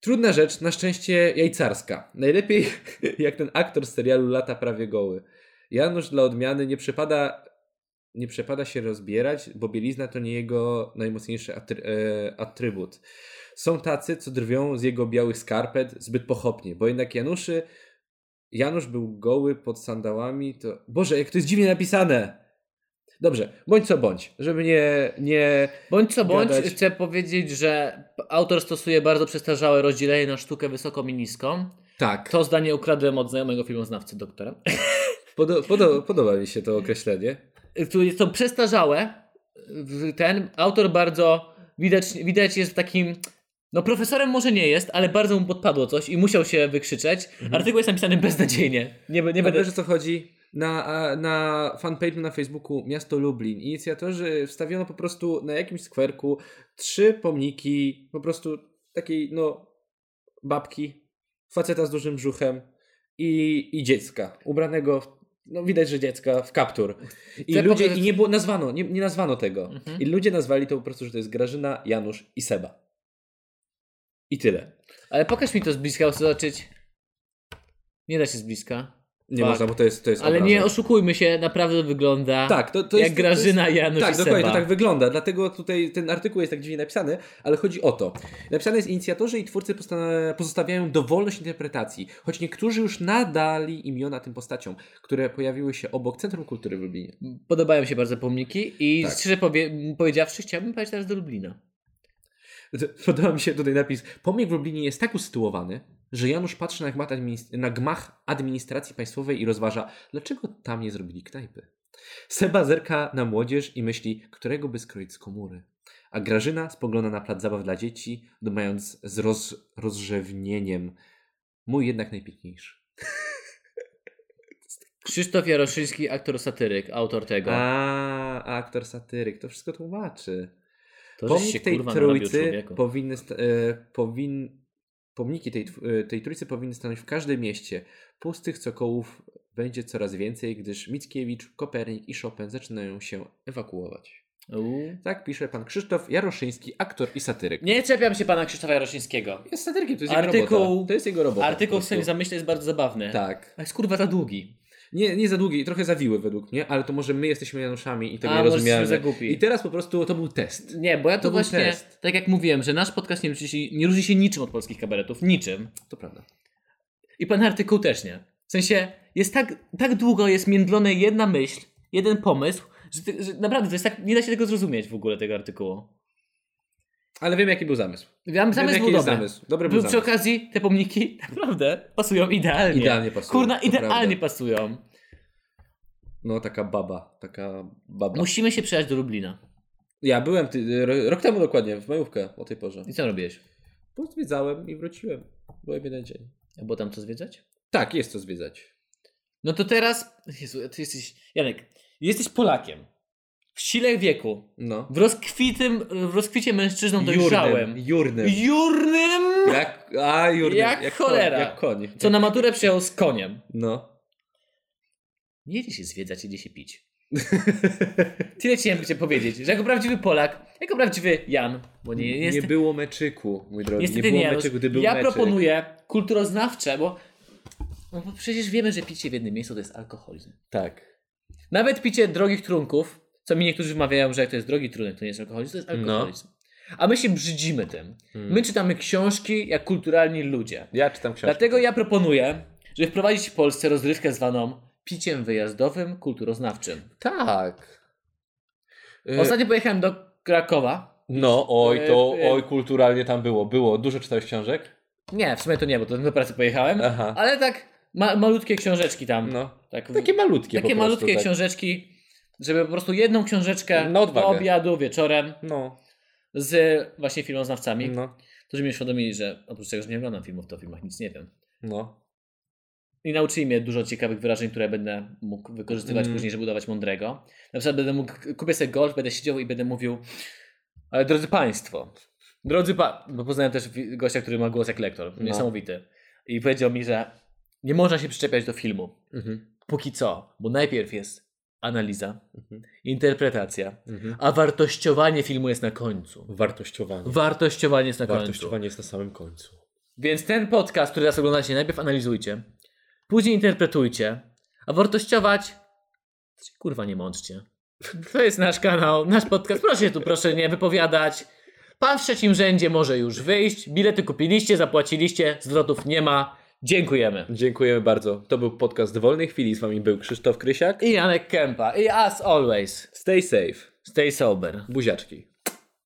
Speaker 2: Trudna rzecz, na szczęście jajcarska. Najlepiej *laughs* jak ten aktor z serialu Lata prawie goły. Janusz dla odmiany nie przepada, nie przepada się rozbierać, bo bielizna to nie jego najmocniejszy atry, e, atrybut. Są tacy, co drwią z jego białych skarpet zbyt pochopnie, bo jednak Januszy, Janusz był goły pod sandałami, to... Boże, jak to jest dziwnie napisane! Dobrze, bądź co bądź, żeby nie... nie...
Speaker 1: Bądź co bądź,
Speaker 2: Gadać.
Speaker 1: chcę powiedzieć, że autor stosuje bardzo przestarzałe rozdzielenie na sztukę wysoką i niską.
Speaker 2: Tak,
Speaker 1: To zdanie ukradłem od znajomego filmoznawcy doktora. *laughs*
Speaker 2: podo- podo- podoba mi się to określenie.
Speaker 1: które są przestarzałe. w- Ten autor bardzo widać, widać jest w takim No profesorem może nie jest, ale bardzo mu podpadło coś i musiał się wykrzyczeć. Artykuł jest napisany beznadziejnie. Mhm. Nie, b- nie
Speaker 2: Ale
Speaker 1: będę...
Speaker 2: wiesz o co chodzi? Na, a, na fanpage'u na Facebooku Miasto Lublin inicjatorzy wstawiono po prostu na jakimś skwerku trzy pomniki po prostu takiej no babki, faceta z dużym brzuchem i, i dziecka ubranego, w, no widać, że dziecka w kaptur. I
Speaker 1: Chcę
Speaker 2: ludzie,
Speaker 1: powiedzieć-
Speaker 2: i nie było, nazwano, nie, nie nazwano tego.
Speaker 1: Mhm.
Speaker 2: I ludzie nazwali to po prostu, że to jest Grażyna, Janusz i Seba. I tyle.
Speaker 1: Ale pokaż mi to z bliska, chcę zobaczyć. Nie da się z bliska.
Speaker 2: Nie
Speaker 1: Tak.
Speaker 2: można, bo to jest, to jest
Speaker 1: Ale
Speaker 2: obraza.
Speaker 1: nie oszukujmy się, naprawdę wygląda
Speaker 2: Tak,
Speaker 1: jak
Speaker 2: to, to jest... to jest...
Speaker 1: Grażyna Janusz
Speaker 2: Tak,
Speaker 1: i
Speaker 2: dokładnie, to
Speaker 1: Seba.
Speaker 2: tak wygląda. Dlatego tutaj ten artykuł jest tak dziwnie napisany, ale chodzi o to. Napisane jest inicjatorzy i twórcy posta- pozostawiają dowolność interpretacji, choć niektórzy już nadali imiona tym postaciom, które pojawiły się obok Centrum Kultury w Lublinie.
Speaker 1: Podobają się bardzo pomniki i
Speaker 2: Tak.
Speaker 1: szczerze powie- powiedziawszy, chciałbym pojechać teraz do Lublina.
Speaker 2: Znaczy, *laughs* Podoba mi się tutaj napis. Pomnik w Lublinie jest tak usytuowany, że Janusz patrzy na gmach, administ- na gmach administracji państwowej i rozważa, dlaczego tam nie zrobili knajpy. Seba zerka na młodzież i myśli, którego by skroić z komury. A Grażyna spogląda na plac zabaw dla dzieci, dumając z roz- rozrzewnieniem. Mój jednak najpiękniejszy.
Speaker 1: Krzysztof Jaroszyński, aktor satyryk, autor tego.
Speaker 2: A, aktor satyryk, to wszystko tłumaczy.
Speaker 1: to żeś
Speaker 2: Pomnik
Speaker 1: się,
Speaker 2: tej
Speaker 1: kurwa, narobił,
Speaker 2: trójcy
Speaker 1: człowieku.
Speaker 2: powinny, sta- e, powin, pomniki tej, tw- e, tej trójcy powinny stanąć w każdym mieście. Pustych cokołów będzie coraz więcej, gdyż Mickiewicz, Kopernik i Chopin zaczynają się ewakuować.
Speaker 1: Uuu.
Speaker 2: Tak pisze pan Krzysztof Jaroszyński, aktor i satyryk.
Speaker 1: Nie czepiam się pana Krzysztofa Jaroszyńskiego.
Speaker 2: Jest satyrykiem, to jest
Speaker 1: Artykuł-
Speaker 2: jego robota. To jest jego robota. po
Speaker 1: Artykuł w
Speaker 2: prostu.
Speaker 1: sobie zamyśle jest bardzo zabawny.
Speaker 2: Tak.
Speaker 1: A jest kurwa za długi.
Speaker 2: Nie, nie za długi i trochę zawiły według mnie, ale to może my jesteśmy Januszami i tego
Speaker 1: A,
Speaker 2: nie
Speaker 1: może jesteśmy
Speaker 2: rozumiemy.
Speaker 1: za głupi.
Speaker 2: I teraz po prostu to był test.
Speaker 1: Nie, bo ja to,
Speaker 2: To był
Speaker 1: właśnie,
Speaker 2: test.
Speaker 1: tak jak mówiłem, że nasz podcast nie różni, się, nie różni się niczym od polskich kabaretów, niczym.
Speaker 2: To prawda.
Speaker 1: I pan artykuł też nie. W sensie, jest tak, tak długo jest międlone jedna myśl, jeden pomysł, że, ty, że naprawdę to jest tak, nie da się tego zrozumieć w ogóle, tego artykułu.
Speaker 2: Ale wiem jaki był zamysł.
Speaker 1: Ja
Speaker 2: Wiem,
Speaker 1: zamysł
Speaker 2: jaki
Speaker 1: był
Speaker 2: jest
Speaker 1: dobry.
Speaker 2: zamysł. Dobry był
Speaker 1: Był przy
Speaker 2: zamysł.
Speaker 1: okazji, te pomniki *laughs* naprawdę pasują idealnie.
Speaker 2: Idealnie pasuje.
Speaker 1: Kurna,
Speaker 2: to
Speaker 1: idealnie
Speaker 2: prawda.
Speaker 1: pasują.
Speaker 2: No taka baba, taka baba.
Speaker 1: Musimy się przyjechać do Lublina.
Speaker 2: Ja byłem ty, ro- rok temu dokładnie, w majówkę o tej porze.
Speaker 1: I co robiłeś?
Speaker 2: Po zwiedzałem i wróciłem. Byłem jeden dzień.
Speaker 1: A Było tam co zwiedzać?
Speaker 2: Tak, jest co zwiedzać.
Speaker 1: No to teraz. Jezu, ty jesteś. Janek, jesteś Polakiem. W sile wieku.
Speaker 2: No.
Speaker 1: W rozkwitym, w rozkwicie mężczyzną dojrzałem.
Speaker 2: Jurnym.
Speaker 1: Jurnym!
Speaker 2: Jak, a, jurnym.
Speaker 1: Jak cholera.
Speaker 2: Koń, jak koń.
Speaker 1: Co na maturę przyjął z koniem.
Speaker 2: No.
Speaker 1: Nie idzie się zwiedzać, idzie się
Speaker 2: *laughs*
Speaker 1: pić. Tyle chciałem cię powiedzieć, że jako prawdziwy Polak, jako prawdziwy Jan, bo nie, nie,
Speaker 2: nie było meczyku, mój drogi.
Speaker 1: Niestety
Speaker 2: nie było
Speaker 1: nie, Janusz.
Speaker 2: meczyku, gdy był
Speaker 1: ja
Speaker 2: meczyk.
Speaker 1: proponuję kulturoznawcze, bo, no bo przecież wiemy, że picie w jednym miejscu to jest alkoholizm.
Speaker 2: Tak.
Speaker 1: Nawet picie drogich trunków, co mi niektórzy wmawiają, że jak to jest drogi trunek, to nie jest alkoholizm, to jest alkoholizm. A my się brzydzimy tym.
Speaker 2: No. Mm.
Speaker 1: My czytamy książki jak kulturalni ludzie.
Speaker 2: Ja czytam książkę.
Speaker 1: Dlatego ja proponuję, żeby wprowadzić w Polsce rozrywkę zwaną piciem wyjazdowym kulturoznawczym.
Speaker 2: Tak. Y,
Speaker 1: Ostatnio pojechałem do Krakowa.
Speaker 2: No, oj, to,
Speaker 1: y, y.
Speaker 2: oj, kulturalnie tam było. Było. Dużo czytałeś książek?
Speaker 1: Nie, w sumie to nie, bo to do pracy pojechałem.
Speaker 2: Aha.
Speaker 1: Ale tak ma, malutkie książeczki tam.
Speaker 2: No.
Speaker 1: tak, w-
Speaker 2: Takie malutkie
Speaker 1: takie
Speaker 2: po prostu,
Speaker 1: malutkie
Speaker 2: tak.
Speaker 1: książeczki, żeby po prostu jedną książeczkę
Speaker 2: Na
Speaker 1: do
Speaker 2: odwagę.
Speaker 1: obiadu, wieczorem
Speaker 2: No,
Speaker 1: z właśnie filmoznawcami,
Speaker 2: no,
Speaker 1: którzy mnie uświadomili, że oprócz tego, że nie oglądam filmów, to o filmach nic nie wiem.
Speaker 2: no.
Speaker 1: I nauczyli mnie dużo ciekawych wyrażeń, które będę mógł wykorzystywać
Speaker 2: Mm.
Speaker 1: później, żeby udawać mądrego. Na przykład będę mógł, kupię sobie golf, będę siedział i będę mówił ale drodzy Państwo, drodzy pa... Bo poznałem też wi- gościa, który ma głos jak lektor,
Speaker 2: No.
Speaker 1: niesamowity. I powiedział mi, że nie można się przyczepiać do filmu, póki co, bo najpierw jest analiza,
Speaker 2: Mhm.
Speaker 1: interpretacja, a wartościowanie filmu jest na końcu.
Speaker 2: Wartościowanie.
Speaker 1: Wartościowanie jest na końcu.
Speaker 2: Wartościowanie jest na samym końcu.
Speaker 1: Więc ten podcast, który teraz oglądacie, najpierw analizujcie, później interpretujcie, a wartościować. to się, Kurwa, nie mączcie. To jest nasz kanał, nasz podcast. Proszę się tu, proszę nie wypowiadać. Pan w trzecim rzędzie może już wyjść. Bilety kupiliście, zapłaciliście, zwrotów nie ma. Dziękujemy.
Speaker 2: Dziękujemy bardzo. To był podcast Wolnej Chwili. Z wami był Krzysztof Krysiak.
Speaker 1: I Janek Kępa. I as always,
Speaker 2: Stay safe.
Speaker 1: stay sober.
Speaker 2: Buziaczki.